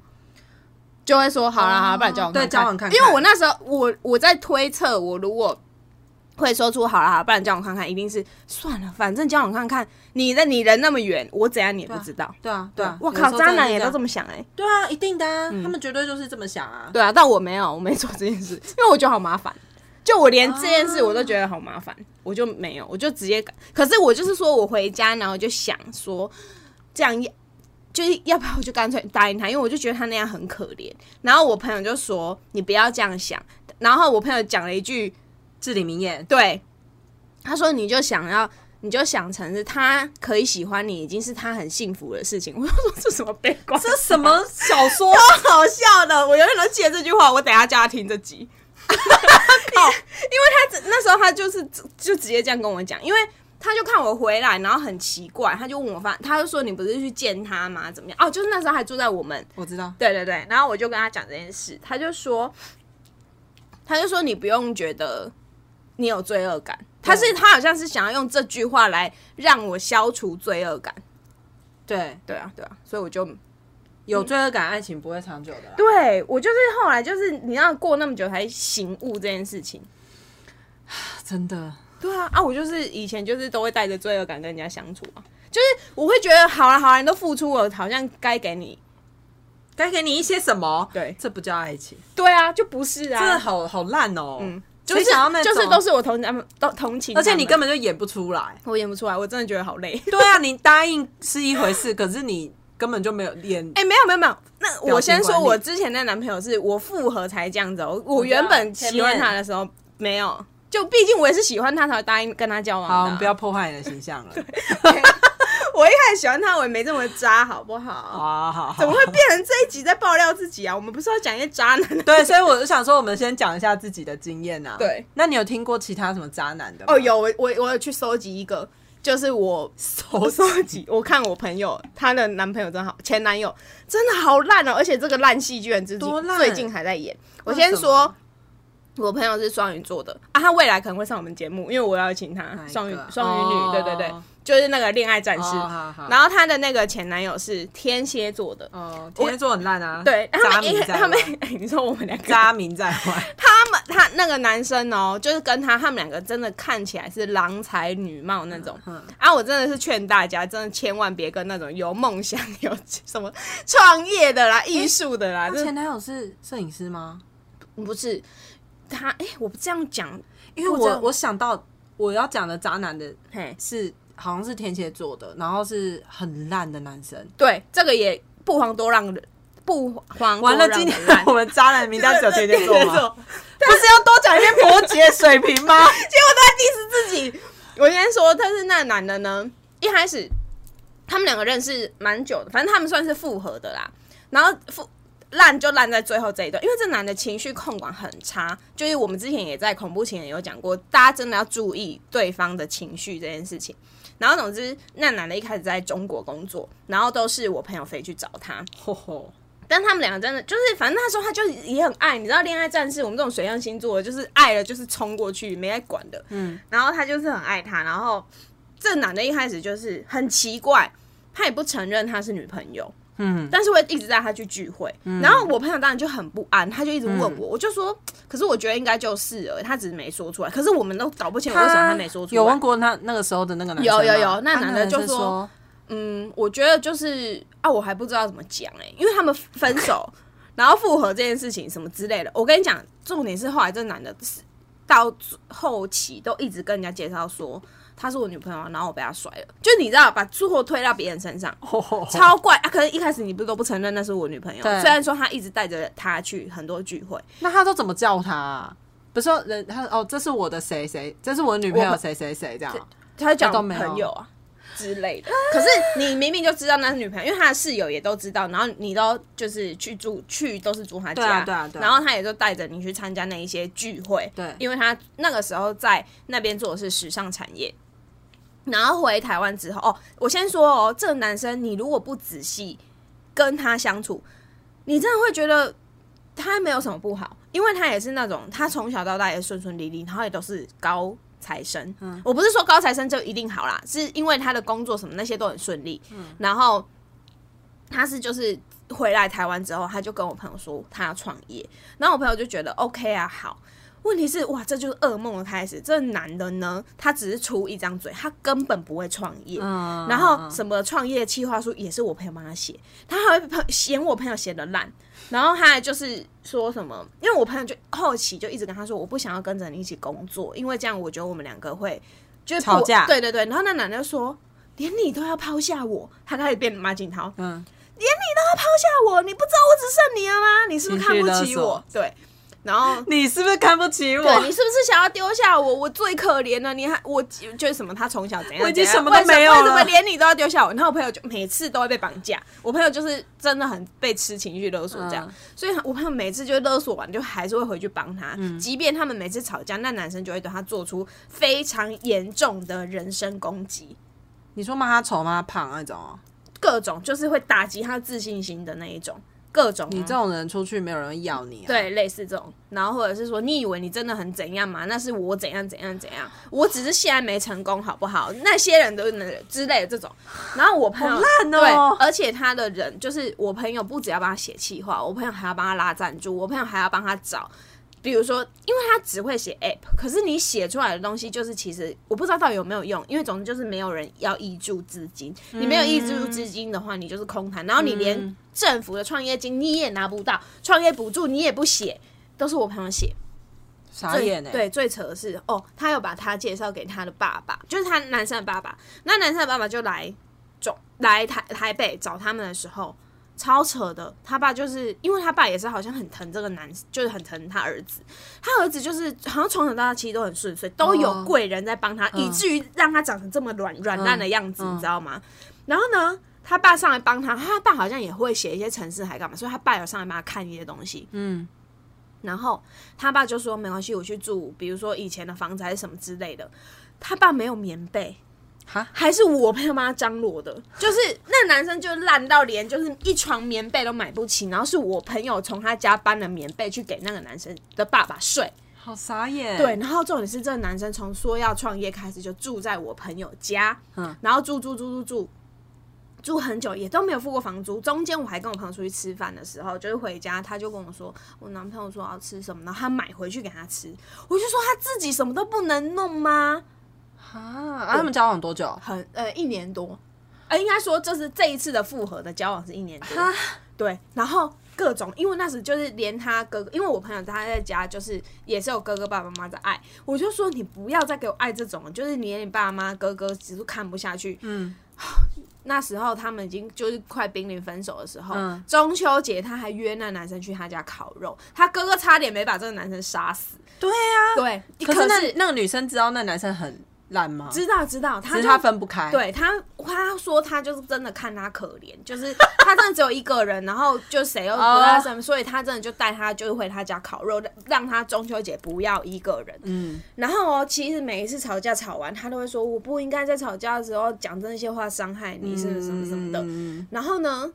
[SPEAKER 2] 就会说好啦，好啦，不然哦交往看
[SPEAKER 1] 对交往看看
[SPEAKER 2] 因为我那时候我我在推测，我如果会说出好啦，好啦不然交往看看，一定是算了，反正交往看看，你的你人那么远，我怎样你也不知道。
[SPEAKER 1] 对啊，对啊，
[SPEAKER 2] 我
[SPEAKER 1] 有
[SPEAKER 2] 靠，
[SPEAKER 1] 时候
[SPEAKER 2] 渣
[SPEAKER 1] 真的
[SPEAKER 2] 男
[SPEAKER 1] 是这
[SPEAKER 2] 也都
[SPEAKER 1] 样
[SPEAKER 2] 这么嗯想哎、
[SPEAKER 1] 对啊，一定的啊，他们绝对就是这么想啊。
[SPEAKER 2] 对啊，但我没有，我没做这件事，因为我觉得好麻烦。就我连这件事我都觉得好麻烦，我就没有，我就直接改。可是我就是说我回家，然后就想说，这样要就是要不要我就干脆答应他，因为我就觉得他那样很可怜。然后我朋友就说你不要这样想，然后我朋友讲了一句
[SPEAKER 1] 至理名言，
[SPEAKER 2] 对，他说你就想要，你就想成是他可以喜欢你，已经是他很幸福的事情。我就说这什么悲
[SPEAKER 1] [laughs]
[SPEAKER 2] 观，
[SPEAKER 1] 这什么小说？
[SPEAKER 2] 超好笑的，我永远都记得这句话。我等一下叫他听这集，靠，因为他只那时候他就是就直接这样跟我讲，因为他就看我回来，然后很奇怪，他就问我发，他就说你不是去见他吗？怎么样？哦，就是那时候还住在 [laughs] 我们，
[SPEAKER 1] 我知道，
[SPEAKER 2] 对对对，然后我就跟他讲这件事，他就说，他就说你不用觉得你有罪恶感，他是他好像是想要用这句话来让我消除罪恶感，
[SPEAKER 1] 对，
[SPEAKER 2] 对啊对啊，所以我就
[SPEAKER 1] 有罪恶感，爱情不会长久的啦。
[SPEAKER 2] 嗯对我就是后来就是你要过那么久才醒悟这件事情。
[SPEAKER 1] 真的，
[SPEAKER 2] 对啊，啊，我就是以前就是都会带着罪恶感跟人家相处啊，就是我会觉得好了好了，你都付出了，好像该给你。
[SPEAKER 1] 该给你一些什么？
[SPEAKER 2] 对
[SPEAKER 1] 这不叫爱情，
[SPEAKER 2] 对啊，就不是
[SPEAKER 1] 真的
[SPEAKER 2] 啊，
[SPEAKER 1] 好好烂哦。
[SPEAKER 2] 嗯，就
[SPEAKER 1] 谁
[SPEAKER 2] 是
[SPEAKER 1] 想要那种
[SPEAKER 2] 就是都，是我同他们都同情他
[SPEAKER 1] 而
[SPEAKER 2] 们，。
[SPEAKER 1] 且你根本就演不出来
[SPEAKER 2] 我演不出来，我真的觉得好累。
[SPEAKER 1] 对啊，你答应是一回
[SPEAKER 2] [laughs]
[SPEAKER 1] 事，可是你根本就没有演。
[SPEAKER 2] 哎、没有没有没有，那
[SPEAKER 1] 表
[SPEAKER 2] 我
[SPEAKER 1] 情
[SPEAKER 2] 先说，
[SPEAKER 1] 管理
[SPEAKER 2] 我之前那男朋友是我复合才这样子、哦，我
[SPEAKER 1] 知道
[SPEAKER 2] 原本
[SPEAKER 1] 前
[SPEAKER 2] 喜欢
[SPEAKER 1] 面
[SPEAKER 2] 他的时候没有，就毕竟我也是喜欢他才会答应跟他交往的、
[SPEAKER 1] 好，
[SPEAKER 2] 啊。
[SPEAKER 1] 我们不要破坏你的形象
[SPEAKER 2] [laughs]
[SPEAKER 1] 了。
[SPEAKER 2] 我一开始喜欢他，我也没这么渣，好不好？
[SPEAKER 1] 好好好
[SPEAKER 2] 怎么。会变成这一集在爆料自己啊？我们不是要讲一些渣男的？
[SPEAKER 1] 对，所以我就想说，我们先讲一下自己的经验啊。
[SPEAKER 2] 对，
[SPEAKER 1] 那你有听过其他什么渣男的吗？
[SPEAKER 2] [laughs] 哦，有我我我有去搜集一个，就是我
[SPEAKER 1] 手手
[SPEAKER 2] 搜集，我看我朋友她的男朋友真好，前男友真的好烂哦，而且这个烂戏居然最
[SPEAKER 1] 多
[SPEAKER 2] 近
[SPEAKER 1] 烂
[SPEAKER 2] 最近还在演。我
[SPEAKER 1] 为
[SPEAKER 2] 先
[SPEAKER 1] 什
[SPEAKER 2] 说
[SPEAKER 1] 么。
[SPEAKER 2] 我朋友是双鱼座的啊，他未来可能会上我们节目，因为我邀请他
[SPEAKER 1] 哪一个
[SPEAKER 2] 双鱼双鱼女，
[SPEAKER 1] Oh 哦
[SPEAKER 2] 对对对，就是那个恋爱战士。
[SPEAKER 1] 哦好好
[SPEAKER 2] 然后她的那个前男友是天蝎座的，
[SPEAKER 1] 哦，天蝎座很烂啊， [laughs]
[SPEAKER 2] 对，他
[SPEAKER 1] 渣
[SPEAKER 2] 们一
[SPEAKER 1] 民在
[SPEAKER 2] 他们 [laughs]
[SPEAKER 1] 外
[SPEAKER 2] 你说我们两个，
[SPEAKER 1] 渣民在 [laughs] 外，
[SPEAKER 2] 他们他那个男生哦，就是跟他他们两个真的看起来是郎才女貌那种。
[SPEAKER 1] 嗯
[SPEAKER 2] 啊，我真的是劝大家，真的千万别跟那种有梦想、 [laughs] 有什么创业的啦、艺术的啦，这
[SPEAKER 1] 前男友是摄影师吗？
[SPEAKER 2] 不是他。哎、我不这样讲，
[SPEAKER 1] 因为
[SPEAKER 2] 我知道
[SPEAKER 1] 我我想到我要讲的渣男的
[SPEAKER 2] 嘿，
[SPEAKER 1] 是好像是天蝎座的，然后是很烂的男生。
[SPEAKER 2] 对，这个也不遑多让人，不遑
[SPEAKER 1] [laughs] 完了，
[SPEAKER 2] 多让
[SPEAKER 1] 今
[SPEAKER 2] 的
[SPEAKER 1] 天
[SPEAKER 2] 人
[SPEAKER 1] 我们渣男名单只有天蝎座
[SPEAKER 2] [laughs] 天蝎
[SPEAKER 1] [laughs] 吗？
[SPEAKER 2] 座
[SPEAKER 1] 不是要多讲
[SPEAKER 2] [laughs]
[SPEAKER 1] 一遍伯爵水平 [laughs] 吗？
[SPEAKER 2] 自己，我先说，但是那男的呢，一开始他们两个认识蛮久的，反正他们算是复合的啦。然后复烂就烂在最后这一段，因为这男的情绪控管很差，就是我们之前也在恐怖情人有讲过，大家真的要注意对方的情绪这件事情。然后总之，那男的一开始在中国工作，然后都是我朋友飞去找他，
[SPEAKER 1] 吼吼，
[SPEAKER 2] 但他们两个真的就是，反正那时候他就是也很爱，你知道，恋爱战士，我们这种水象星座的就是爱了就是冲过去，没在管的。嗯，然后他就是很爱他，然后这男的一开始就是很奇怪，他也不承认他是女朋友，
[SPEAKER 1] 嗯，
[SPEAKER 2] 但是会一直带他去聚会。然后我朋友当然就很不安，他就一直问我，我就说，可是我觉得应该就是了，他只是没说出来。可是我们都搞不清楚为什么他没说出来。
[SPEAKER 1] 有问过那那个时候的那个男生吗
[SPEAKER 2] 有有有那
[SPEAKER 1] 啊
[SPEAKER 2] 男
[SPEAKER 1] 个
[SPEAKER 2] 的就
[SPEAKER 1] 生
[SPEAKER 2] 说
[SPEAKER 1] 说，
[SPEAKER 2] 嗯，我觉得就是啊，我还不知道怎么讲哎、因为他们分手，然后复合这件事情什么之类的，我跟你讲，重点是后来这男的是到后期都一直跟人家介绍说她是我女朋友啊，然后我被她甩了，就你知道把最后推到别人身上，
[SPEAKER 1] 吼吼吼
[SPEAKER 2] 超怪啊！可是一开始你不是都不承认那是我女朋友，
[SPEAKER 1] 对
[SPEAKER 2] 虽然说他一直带着她去很多聚会，
[SPEAKER 1] 那他都怎么叫他、啊？不是说人他哦，这是我的谁谁，这是我女朋友谁谁谁这样啊。
[SPEAKER 2] 他就讲
[SPEAKER 1] 他都没有
[SPEAKER 2] 朋友啊之类的。可是你明明就知道那是女朋友，因为他的室友也都知道，然后你都就是去住去都是住他家，
[SPEAKER 1] 对啊对啊对啊
[SPEAKER 2] 然后他也就带着你去参加那一些聚会，
[SPEAKER 1] 对
[SPEAKER 2] 因为他那个时候在那边做的是时尚产业。然后回台湾之后，哦，我先说哦，这个男生你如果不仔细跟他相处，你真的会觉得他没有什么不好，因为他也是那种他从小到大也是顺顺利利，然后也都是高材生。我不是说高材生就一定好啦，是因为他的工作什么那些都很顺利。
[SPEAKER 1] 嗯
[SPEAKER 2] 然后他是就是回来台湾之后，他就跟我朋友说他要创业，然后我朋友就觉得 OK 啊，好。问题是哇，这就是噩梦的开始。这男的呢，他只是出一张嘴，他根本不会创业。
[SPEAKER 1] 嗯
[SPEAKER 2] 然后什么创业计划书也是我朋友帮他写，他还会朋嫌我朋友写的烂，然后他还就是说什么，因为我朋友就后期就一直跟他说，我不想要跟着你一起工作，因为这样我觉得我们两个会就是不
[SPEAKER 1] 吵架
[SPEAKER 2] 对对对，然后那男的就说，连你都要抛下我，他开始变马景涛，
[SPEAKER 1] 嗯，
[SPEAKER 2] 抛下我，你不知道我只剩你了吗？你是不是看
[SPEAKER 1] 情绪
[SPEAKER 2] 不
[SPEAKER 1] 勒
[SPEAKER 2] 起
[SPEAKER 1] 索
[SPEAKER 2] 我？对，然后
[SPEAKER 1] 你是不是看不起我？
[SPEAKER 2] 对你是不是想要丢下我？我最可怜了，你还我就是什么？他从小怎样？
[SPEAKER 1] 我已经
[SPEAKER 2] 怎样
[SPEAKER 1] 什么都没有
[SPEAKER 2] 为什么为什么
[SPEAKER 1] 了
[SPEAKER 2] 连你都要丢下我？然后我朋友就每次都会被绑架，我朋友就是真的很被吃情绪勒索这样，
[SPEAKER 1] 嗯
[SPEAKER 2] 所以我朋友每次就勒索完就还是会回去帮他，即便他们每次吵架，那男生就会对他做出非常严重的人身攻击，
[SPEAKER 1] 你说骂他丑骂他胖那种哦、
[SPEAKER 2] 各种就是会打击他自信心的那一种，各种哦、
[SPEAKER 1] 你这种人出去没有人会要你、啊。，
[SPEAKER 2] 对，类似这种，然后或者是说，你以为你真的很怎样嘛？那是我怎样怎样怎样，我只是现在没成功，好不好？那些人都能之类的这种，然后我朋友
[SPEAKER 1] 好烂哦
[SPEAKER 2] 对，而且他的人就是我朋友，不只要帮他写企划，我朋友还要帮他拉赞助，我朋友还要帮他找。比如说，因为他只会写 app，可是你写出来的东西就是其实我不知道到底有没有用，因为总之就是没有人要挹注资金，你没有挹注
[SPEAKER 1] 嗯
[SPEAKER 2] 资金的话，你就是空谈，然后你连政府的创业金你也拿不到，创业补助你也不写，都是我朋友写。
[SPEAKER 1] 傻
[SPEAKER 2] 最
[SPEAKER 1] 眼哎、欸。，
[SPEAKER 2] 对，最扯的是哦，他有把他介绍给他的爸爸，就是他男生的爸爸。那男生的爸爸就来中来台台北找他们的时候，超扯的。他爸就是因为他爸也是好像很疼这个男，就是很疼他儿子。他儿子就是好像从小到大其实都很顺遂，都有
[SPEAKER 1] 哦
[SPEAKER 2] 贵人在帮他，以至于让他长成这么软软烂的样子，
[SPEAKER 1] 嗯
[SPEAKER 2] 你知道吗？然后呢？他爸上来帮他，他爸好像也会写一些程式，还干嘛，所以他爸有上来帮他看一些东西。
[SPEAKER 1] 嗯，
[SPEAKER 2] 然后他爸就说没关系，我去住，比如说以前的房子还是什么之类的。他爸没有棉被，
[SPEAKER 1] 哈，
[SPEAKER 2] 还是我朋友帮他张罗的，就是那男生就烂到连就是一床棉被都买不起，然后是我朋友从他家搬了棉被去给那个男生的爸爸睡，
[SPEAKER 1] 好傻眼。
[SPEAKER 2] 对，，然后重点是这个男生从说要创业开始就住在我朋友家，
[SPEAKER 1] 嗯
[SPEAKER 2] 然后住住住住住住很久，也都没有付过房租。中间我还跟我朋友出去吃饭的时候，就是回家，他就跟我说，我男朋友说要吃什么，然后他买回去给他吃，我就说他自己什么都不能弄吗？
[SPEAKER 1] 啊，啊他们交往多久？
[SPEAKER 2] 很呃一年多，呃应该说就是这一次的复合的交往是一年多，对，然后各种，因为那时就是连他哥哥，因为我朋友他在家就是也是有哥哥爸爸妈妈在爱，我就说你不要再给我爱这种了，就是你连你爸妈哥哥只是看不下去，
[SPEAKER 1] 嗯，
[SPEAKER 2] [sighs] 那时候他们已经就是快濒临分手的时候，
[SPEAKER 1] 嗯
[SPEAKER 2] 中秋节他还约那男生去他家烤肉，他哥哥差点没把这个男生杀死，
[SPEAKER 1] 对呀、
[SPEAKER 2] 对，
[SPEAKER 1] 可是那
[SPEAKER 2] 是
[SPEAKER 1] 那个女生知道那男生很烂吗？
[SPEAKER 2] 知道知道，他
[SPEAKER 1] 只
[SPEAKER 2] 就是
[SPEAKER 1] 他分不开。，
[SPEAKER 2] 对他，他说他就是真的看他可怜，就是他真的只有一个人，然 [laughs] 后就谁又不
[SPEAKER 1] 哦
[SPEAKER 2] 在他身边，所以他真的就带他就是回他家烤肉，让他中秋节不要一个人。
[SPEAKER 1] 嗯，
[SPEAKER 2] 然后哦，其实每一次吵架吵完，他都会说我不应该在吵架的时候讲这些话伤害你，是不是什么什么的。
[SPEAKER 1] 嗯
[SPEAKER 2] 然后呢，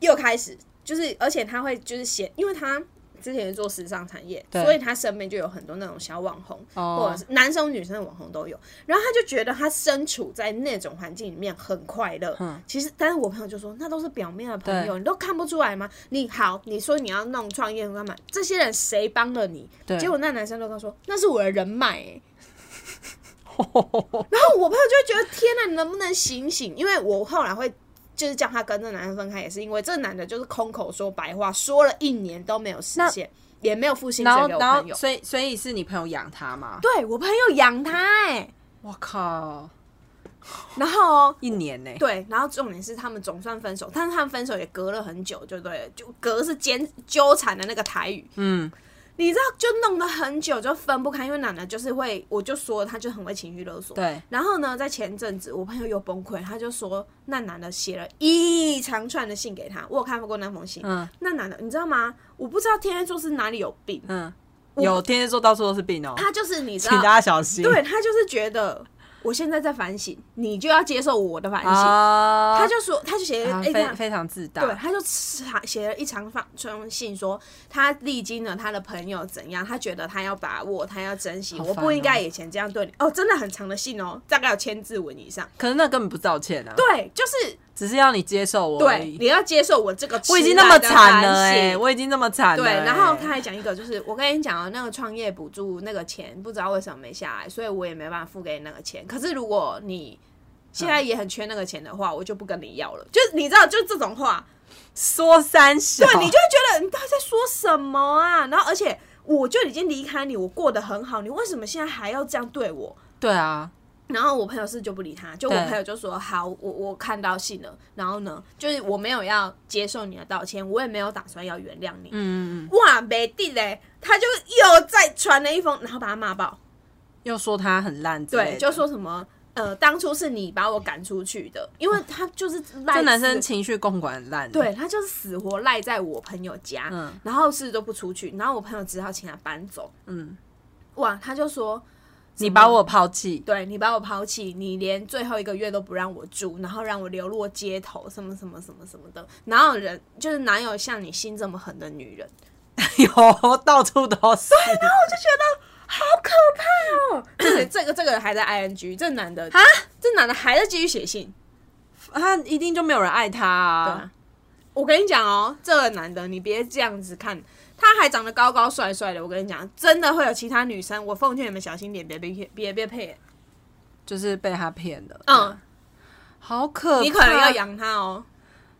[SPEAKER 2] 又开始就是，而且他会就是写，因为他。之前是做时尚产业，
[SPEAKER 1] 对
[SPEAKER 2] 所以他身边就有很多那种小网红，
[SPEAKER 1] 哦
[SPEAKER 2] 或者是男生女生的网红都有。然后他就觉得他身处在那种环境里面很快乐。
[SPEAKER 1] 嗯
[SPEAKER 2] 其实，但是我朋友就说，那都是表面的朋友，
[SPEAKER 1] 对
[SPEAKER 2] 你都看不出来吗？你好，你说你要弄创业干嘛？这些人谁帮了你？
[SPEAKER 1] 对
[SPEAKER 2] 结果那男生都跟他说，那是我的人脉、
[SPEAKER 1] [laughs]
[SPEAKER 2] 欸。然后我朋友就会觉得，天呐，你能不能醒醒？因为我后来会。就是叫他跟这男生分开，也是因为这男的就是空口说白话，说了一年都没有实现，也没有付薪
[SPEAKER 1] 然
[SPEAKER 2] 水
[SPEAKER 1] 后
[SPEAKER 2] 给我
[SPEAKER 1] 然
[SPEAKER 2] 朋
[SPEAKER 1] 后，
[SPEAKER 2] 友。
[SPEAKER 1] 所以所以是你朋友养他吗？
[SPEAKER 2] 对我朋友养他哎、欸
[SPEAKER 1] 我靠，
[SPEAKER 2] 然后哦
[SPEAKER 1] 一年欸呢、
[SPEAKER 2] 对，然后重点是他们总算分手，但是他们分手也隔了很久，就对了，就隔是纠纠缠的那个台语，
[SPEAKER 1] 嗯，
[SPEAKER 2] 你知道，就弄得很久就分不开，因为奶奶就是会，我就说他就很会情绪勒索。
[SPEAKER 1] 对，
[SPEAKER 2] 然后呢，在前阵子我朋友又崩溃，他就说那男的写了一长串的信给他，我有看过那封信。
[SPEAKER 1] 嗯
[SPEAKER 2] 那男的你知道吗？我不知道天蝎座是哪里有病，
[SPEAKER 1] 嗯，有天蝎座到处都是病哦、
[SPEAKER 2] 他就是你知
[SPEAKER 1] 请大 [laughs]
[SPEAKER 2] 道，
[SPEAKER 1] 家小心。
[SPEAKER 2] 对他就是觉得我现在在反省，你就要接受我的反省。
[SPEAKER 1] 啊，
[SPEAKER 2] 他就说，他就写了，
[SPEAKER 1] 啊
[SPEAKER 2] 哎、
[SPEAKER 1] 非
[SPEAKER 2] 他
[SPEAKER 1] 非常自大，
[SPEAKER 2] 对，他就长写了一长发封信说他历经了他的朋友怎样，他觉得他要把握，他要珍惜，
[SPEAKER 1] 好
[SPEAKER 2] 我
[SPEAKER 1] 烦
[SPEAKER 2] 不应该
[SPEAKER 1] 哦
[SPEAKER 2] 以前这样对你。哦，真的很长的信哦，大概有千字文以上。
[SPEAKER 1] 可是那根本不是道歉啊，
[SPEAKER 2] 对，就是
[SPEAKER 1] 只是要你接受我而
[SPEAKER 2] 对，
[SPEAKER 1] 已。
[SPEAKER 2] 哎你要接受我这个
[SPEAKER 1] 我已
[SPEAKER 2] 迟
[SPEAKER 1] 经
[SPEAKER 2] 来
[SPEAKER 1] 那么
[SPEAKER 2] 的
[SPEAKER 1] 惨
[SPEAKER 2] 反
[SPEAKER 1] 了哎、
[SPEAKER 2] 省
[SPEAKER 1] 我已经那么惨了
[SPEAKER 2] 对
[SPEAKER 1] 欸、，
[SPEAKER 2] 然后他还讲一个，就是我跟你讲啊，那个创业补助那个钱不知道为什么没下来，所以我也没办法付给你那个钱。可是如果你现在也很缺那个钱的话，我就不跟你要了。就是你知道，就这种话，
[SPEAKER 1] 说三小，
[SPEAKER 2] 对，你就会觉得你到底在说什么啊？然后而且我就已经离开你，我过得很好，你为什么现在还要这样对我？
[SPEAKER 1] 对啊，
[SPEAKER 2] 然后我朋友是就不理他，就我
[SPEAKER 1] 对
[SPEAKER 2] 朋友就说好，我我看到信了，然后呢，就是我没有要接受你的道歉，我也没有打算要原谅你。
[SPEAKER 1] 嗯，嗯嗯，
[SPEAKER 2] 哇，没地嘞，他就又再传了一封，然后把他骂爆，
[SPEAKER 1] 又说他很烂之类的，
[SPEAKER 2] 对，就说什么呃，当初是你把我赶出去的，因为他就是赖
[SPEAKER 1] 这男
[SPEAKER 2] 死
[SPEAKER 1] 生情绪共管很烂，
[SPEAKER 2] 对，他就是死活赖在我朋友家，
[SPEAKER 1] 嗯
[SPEAKER 2] 然后是都不出去，然后我朋友只好请他搬走。
[SPEAKER 1] 嗯，
[SPEAKER 2] 哇，他就说
[SPEAKER 1] 你把我抛弃，
[SPEAKER 2] 对你把我抛弃，你连最后一个月都不让我住，然后让我流落街头，什么什么什么什么的，哪有人就是哪有像你心这么狠的女人？
[SPEAKER 1] [laughs] 有到处都是，
[SPEAKER 2] 这这个这个还在 ing，这男的啊，这男的还在继续写信。
[SPEAKER 1] 他一定就没有人爱他
[SPEAKER 2] 对
[SPEAKER 1] 啊
[SPEAKER 2] 啊，我跟你讲哦，这个男的你别这样子看，他还长得高高帅帅的，我跟你讲，真的会有其他女生，我奉劝你们小心点，别被骗，别别配。
[SPEAKER 1] 就是被他骗的，
[SPEAKER 2] 嗯，
[SPEAKER 1] 好可怕，
[SPEAKER 2] 你可能要。养他哦。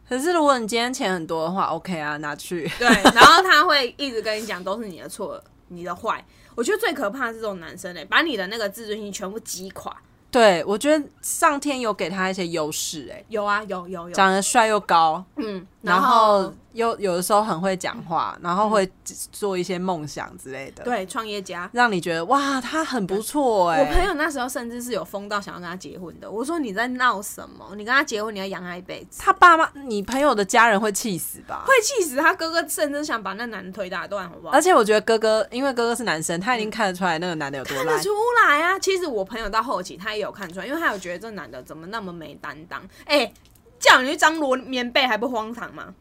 [SPEAKER 1] 可是如果你今天钱很多的话，OK 啊，拿去，
[SPEAKER 2] 对，然后他会一直跟你讲都是你的错，你的坏。我觉得最可怕的是这种男生嘞、欸把你的那个自尊心全部击垮。
[SPEAKER 1] 对我觉得上天有给他一些优势、欸，哎，
[SPEAKER 2] 有啊，有有有，
[SPEAKER 1] 长得帅又高，
[SPEAKER 2] 嗯，
[SPEAKER 1] 然
[SPEAKER 2] 然嗯
[SPEAKER 1] 后又有的时候很会讲话，然后会做一些梦想之类的，，
[SPEAKER 2] 对创业家。
[SPEAKER 1] 让你觉得哇，他很不错哎、
[SPEAKER 2] 我朋友那时候甚至是有疯到想要跟他结婚的。我说你在闹什么？你跟他结婚，你要养他一辈子，
[SPEAKER 1] 他爸妈，你朋友的家人会气死吧？
[SPEAKER 2] 会气死他哥哥，甚至想把那男的腿打断，好不好
[SPEAKER 1] 而？且我觉得哥哥，因为哥哥是男生，他已
[SPEAKER 2] 嗯
[SPEAKER 1] 经看得出来那个男的有多
[SPEAKER 2] 看
[SPEAKER 1] 烂
[SPEAKER 2] 得。出来啊！其实我朋友到后期他也有看出来，因为他有觉得这男的怎么那么没担当？哎、叫你去张罗棉被还不荒唐吗？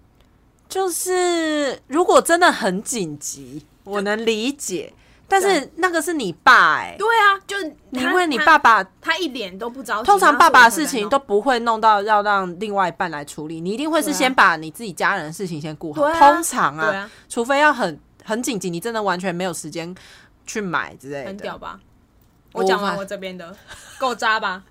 [SPEAKER 1] 就是如果真的很紧急，我能理解。但是那个是你爸哎、
[SPEAKER 2] 对啊，就是
[SPEAKER 1] 你
[SPEAKER 2] 他
[SPEAKER 1] 问你爸，爸，
[SPEAKER 2] 他他一脸都不着急。
[SPEAKER 1] 哦通常爸爸的
[SPEAKER 2] 然后说
[SPEAKER 1] 事情
[SPEAKER 2] 我
[SPEAKER 1] 都不会弄到要让另外一半来处理，你一定会是先把你自己家人的事情先顾好。
[SPEAKER 2] 对啊
[SPEAKER 1] 通常啊，
[SPEAKER 2] 对啊
[SPEAKER 1] 除非要很很紧急，你真的完全没有时间去买之类的，
[SPEAKER 2] 很屌吧？
[SPEAKER 1] 我
[SPEAKER 2] 我讲
[SPEAKER 1] 无
[SPEAKER 2] 完
[SPEAKER 1] 法
[SPEAKER 2] 我这边的，够渣 [laughs] 吧？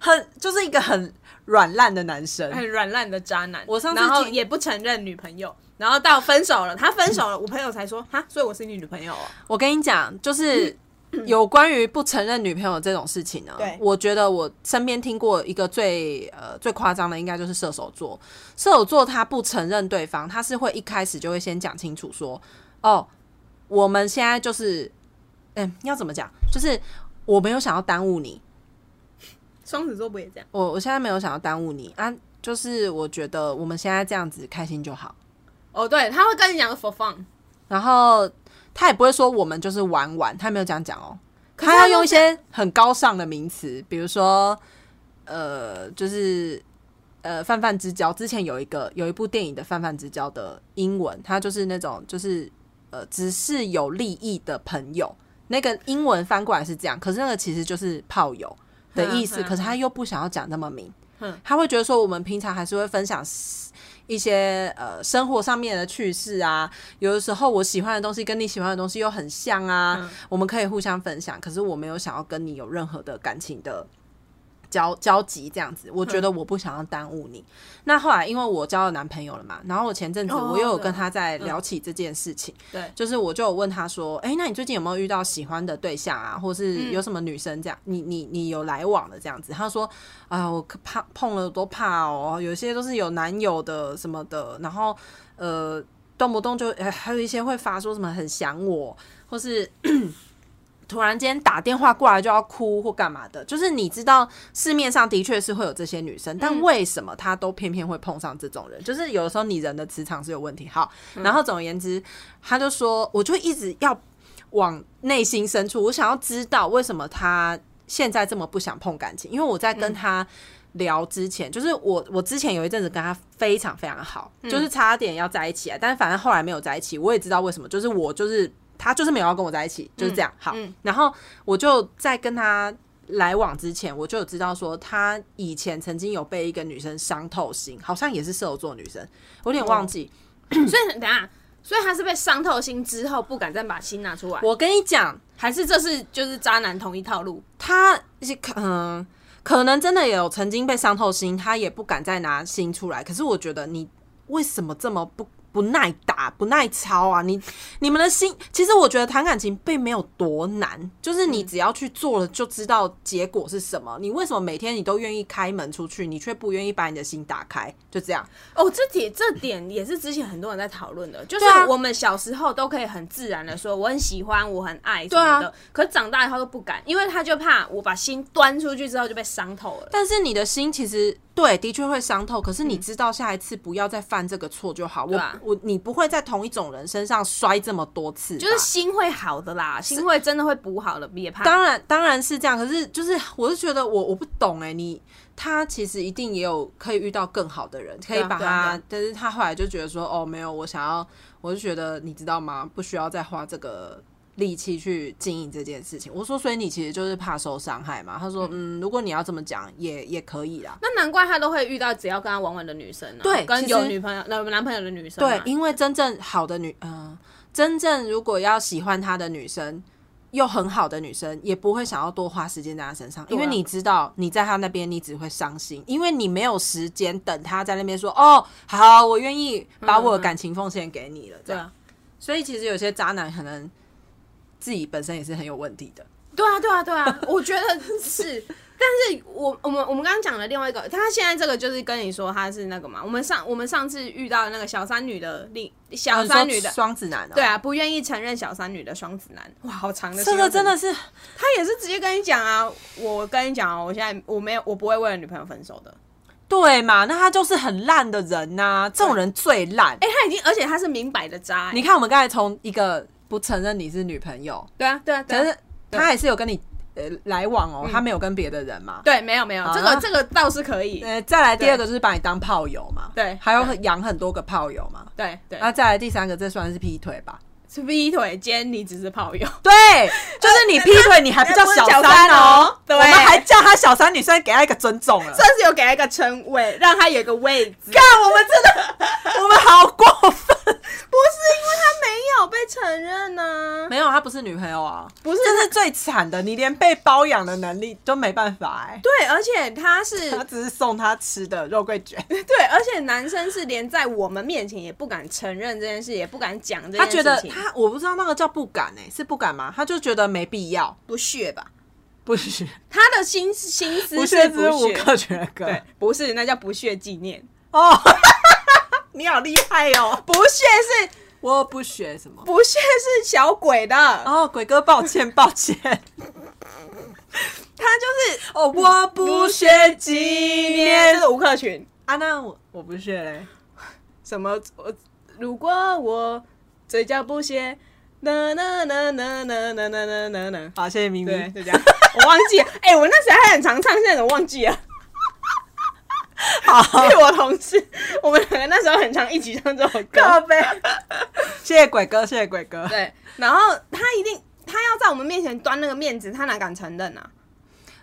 [SPEAKER 1] 很就是一个很软烂的男生。
[SPEAKER 2] 很软烂的渣男。
[SPEAKER 1] 我上次
[SPEAKER 2] 然后
[SPEAKER 1] 听
[SPEAKER 2] 也不承认女朋友，然后到分手了，他分手 [laughs] 了，我朋友才说哈，所以我是你女朋友哦。
[SPEAKER 1] 我跟你讲，就是 [clears throat] 有关于不承认女朋友这种事情呢
[SPEAKER 2] 对，
[SPEAKER 1] 我觉得我身边听过一个最呃最夸张的，应该就是射手座。射手座他不承认对方，他是会一开始就会先讲清楚说，哦，我们现在就是，嗯、要怎么讲？就是我没有想要耽误你，
[SPEAKER 2] [laughs] 双子座不也这样？
[SPEAKER 1] 我我现在没有想要耽误你啊，就是我觉得我们现在这样子开心就好。
[SPEAKER 2] 哦，对，他会跟你讲 for fun，
[SPEAKER 1] 然后他也不会说我们就是玩玩，他没有这样讲哦，
[SPEAKER 2] 可是
[SPEAKER 1] 他
[SPEAKER 2] 他
[SPEAKER 1] 要用一些很高尚的名词，比如说呃，就是呃泛泛之交。之前有一个有一部电影的泛泛之交的英文，它就是那种就是呃只是有利益的朋友，那个英文翻过来是这样，可是那个其实就是炮友。的意思，
[SPEAKER 2] 嗯嗯
[SPEAKER 1] 可是他又不想要讲那么明
[SPEAKER 2] 嗯，
[SPEAKER 1] 他会觉得说我们平常还是会分享一些呃生活上面的趣事啊，有的时候我喜欢的东西跟你喜欢的东西又很像啊，
[SPEAKER 2] 嗯
[SPEAKER 1] 我们可以互相分享。可是我没有想要跟你有任何的感情的交交集，这样子，我觉
[SPEAKER 2] 嗯
[SPEAKER 1] 得我不想要耽误你。那后来因为我交了男朋友了嘛，然后我前阵子
[SPEAKER 2] 哦
[SPEAKER 1] 我又有
[SPEAKER 2] 对嗯
[SPEAKER 1] 跟他在聊起这件事情，
[SPEAKER 2] 对
[SPEAKER 1] 就是我就有问他说，哎、那你最近有没有遇到喜欢的对象啊，
[SPEAKER 2] 嗯
[SPEAKER 1] 或是有什么女生这样，你你你有来往的这样子？他说，啊，我可怕碰了都怕哦，有些都是有男友的什么的，然后呃，动不动就、呃还有一些会发说什么很想我，或是 [coughs] 突然间打电话过来就要哭或干嘛的，就是你知道市面上的确是会有这些女生，但为什么她都偏偏会碰上这种人？就是有的时候你人的磁场是有问题。好，然后总而言之，他就说，我就一直要往内心深处，我想要知道为什么他现在这么不想碰感情，因为我在跟他。聊之前，就是我我之前有一阵子跟他非常非常好，就是差点要在一起啊，但是反正后来没有在一起，我也知道为什么，就是我就是他就是没有要跟我在一起，就是这样。好，然后我就在跟他来往之前，我就有知道说他以前曾经有被一个女生伤透心，好像也是射手座女生，我有点忘记。
[SPEAKER 2] 所以等一下，所以他是被伤透心之后不敢再把心拿出来，
[SPEAKER 1] 我跟你讲，
[SPEAKER 2] 还是这是就是渣男同一套路？
[SPEAKER 1] 他是可嗯，可能真的有曾经被伤透心，他也不敢再拿心出来。可是我觉得你为什么这么不不耐打、不耐操啊？你你们的心，其实我觉得谈感情并没有多难，就是你只要去做了，就知道结果是什么。你为什么每天你都愿意开门出去，你却不愿意把你的心打开？就这样，
[SPEAKER 2] 哦，这点这点也是之前很多人在讨论的，就是
[SPEAKER 1] 对啊
[SPEAKER 2] 我们小时候都可以很自然的说我很喜欢，我很爱什么
[SPEAKER 1] 对
[SPEAKER 2] 的，
[SPEAKER 1] 啊
[SPEAKER 2] 可是长大以后都不敢，因为他就怕我把心端出去之后就被伤透了。
[SPEAKER 1] 但是你的心其实对，的确会伤透。可是你知道下一次
[SPEAKER 2] 嗯
[SPEAKER 1] 不要再犯这个错就好。我、
[SPEAKER 2] 啊
[SPEAKER 1] 我你不会在同一种人身上摔这么多次吧，
[SPEAKER 2] 就是心会好的啦，心会真的会补好的，别怕。
[SPEAKER 1] 当然，当然是这样。可是，就是我是觉得我我不懂哎、你他其实一定也有可以遇到更好的人，可以
[SPEAKER 2] 对啊
[SPEAKER 1] 把他，
[SPEAKER 2] 对啊对啊
[SPEAKER 1] 但是他后来就觉得说，哦，没有，我想要，我就觉得你知道吗？不需要再花这个力气去经营这件事情。我说，所以你其实就是怕受伤害嘛？他说，嗯，如果你要这么讲，也也可以啦。
[SPEAKER 2] 那难怪他都会遇到只要跟他玩玩的女生、啊，
[SPEAKER 1] 对
[SPEAKER 2] 跟
[SPEAKER 1] 其实
[SPEAKER 2] 有女朋友、男男朋友的女生、啊
[SPEAKER 1] 对，，因为真正好的女，嗯、真正如果要喜欢他的女生，又很好的女生，也不会想要多花时间在他身上，因为
[SPEAKER 2] 对啊
[SPEAKER 1] 你知道你在他那边，你只会伤心，因为你没有时间等他在那边说，哦，好，我愿意把我的感情奉献给你了，这
[SPEAKER 2] 对
[SPEAKER 1] 样。
[SPEAKER 2] 啊，
[SPEAKER 1] 所以其实有些渣男可能自己本身也是很有问题的，
[SPEAKER 2] 对啊，对啊，对啊， [laughs] 我觉得是。但是我我们我们刚刚讲的另外一个，他现在这个就是跟你说他是那个嘛，我们上我们上次遇到的那个小三女的另小
[SPEAKER 1] 啊你
[SPEAKER 2] 三
[SPEAKER 1] 说
[SPEAKER 2] 哦女的，
[SPEAKER 1] 双子男、啊，
[SPEAKER 2] 对，啊，不愿意承认小三女的双子男，哇，好长的
[SPEAKER 1] 这
[SPEAKER 2] 形容
[SPEAKER 1] 个
[SPEAKER 2] 词
[SPEAKER 1] 真的是
[SPEAKER 2] 他也是直接跟你讲啊，我跟你讲哦、我现在我没有我不会为了女朋友分手的，
[SPEAKER 1] 对嘛？那他就是很烂的人呐、这种人最烂。
[SPEAKER 2] 哎、他已经而且他是明摆的渣、欸，
[SPEAKER 1] 你看，我们刚才从一个不承认你是女朋友，
[SPEAKER 2] 对啊对啊，对啊
[SPEAKER 1] 可是他也是有跟你呃来往哦，他没有跟别的人嘛。
[SPEAKER 2] 对没有没有，这
[SPEAKER 1] 啊
[SPEAKER 2] 个这个倒是可以，
[SPEAKER 1] 呃，再来第二个就是把你当炮友嘛，
[SPEAKER 2] 对
[SPEAKER 1] 还有养很多个炮友嘛。
[SPEAKER 2] 对对，
[SPEAKER 1] 啊那再来第三个，这算是劈腿吧？
[SPEAKER 2] 是劈腿兼你只是炮友，
[SPEAKER 1] 对，呃就是你劈腿，你还不叫小三哦，
[SPEAKER 2] 那不是小三哦对
[SPEAKER 1] 我们还叫他小三，你算给他一个尊重了。
[SPEAKER 2] 算是有给他一个称谓，让他有一个位置。
[SPEAKER 1] 干，我们真的，我们好过分。
[SPEAKER 2] 不是因为他没有被承认啊呢、
[SPEAKER 1] [laughs] 没有，她不是女朋友啊，
[SPEAKER 2] 不是
[SPEAKER 1] 这是最惨的，你连被包养的能力都没办法哎、
[SPEAKER 2] 对，而且他是
[SPEAKER 1] 他只是送她吃的肉桂卷，
[SPEAKER 2] 啊对，而且男生是连在我们面前也不敢承认这件事，也不敢讲这
[SPEAKER 1] 他
[SPEAKER 2] 件
[SPEAKER 1] 觉
[SPEAKER 2] 事情，
[SPEAKER 1] 得他我不知道那个叫不敢哎、是不敢吗？他就觉得没必要，
[SPEAKER 2] 不屑吧？
[SPEAKER 1] 不是，
[SPEAKER 2] 他的心心思
[SPEAKER 1] 不
[SPEAKER 2] 是
[SPEAKER 1] 屑
[SPEAKER 2] 不
[SPEAKER 1] 之无
[SPEAKER 2] 屑，
[SPEAKER 1] [laughs] 可觉哥。
[SPEAKER 2] 对，不是，那叫不屑纪念，
[SPEAKER 1] 哦， [laughs] 你好厉害哦！
[SPEAKER 2] 不屑是
[SPEAKER 1] [laughs] 我不学什么。
[SPEAKER 2] 不屑是小鬼的，
[SPEAKER 1] 哦，鬼哥，抱歉，抱歉。
[SPEAKER 2] 他就是
[SPEAKER 1] [laughs] 哦，我不学纪
[SPEAKER 2] 这
[SPEAKER 1] 念
[SPEAKER 2] 是吴克群，
[SPEAKER 1] 啊，那我我不学嘞。
[SPEAKER 2] 什么我如果我嘴角不屑，呐呐呐呐呐呐呐呐呐呐，
[SPEAKER 1] 好，谢谢明 [laughs]
[SPEAKER 2] 对，
[SPEAKER 1] 明。
[SPEAKER 2] 就这样， [laughs] 我忘记了，哎、我那时候还很常唱，现在我忘
[SPEAKER 1] [laughs]
[SPEAKER 2] 记了。
[SPEAKER 1] 好，
[SPEAKER 2] 是我同事，我们两个那时候很常一起唱这首
[SPEAKER 1] [laughs] 靠
[SPEAKER 2] 歌。
[SPEAKER 1] 背。 [laughs] 谢谢鬼哥，谢谢鬼哥。
[SPEAKER 2] 对，然后他一定，他要在我们面前端那个面子，他哪敢承认啊？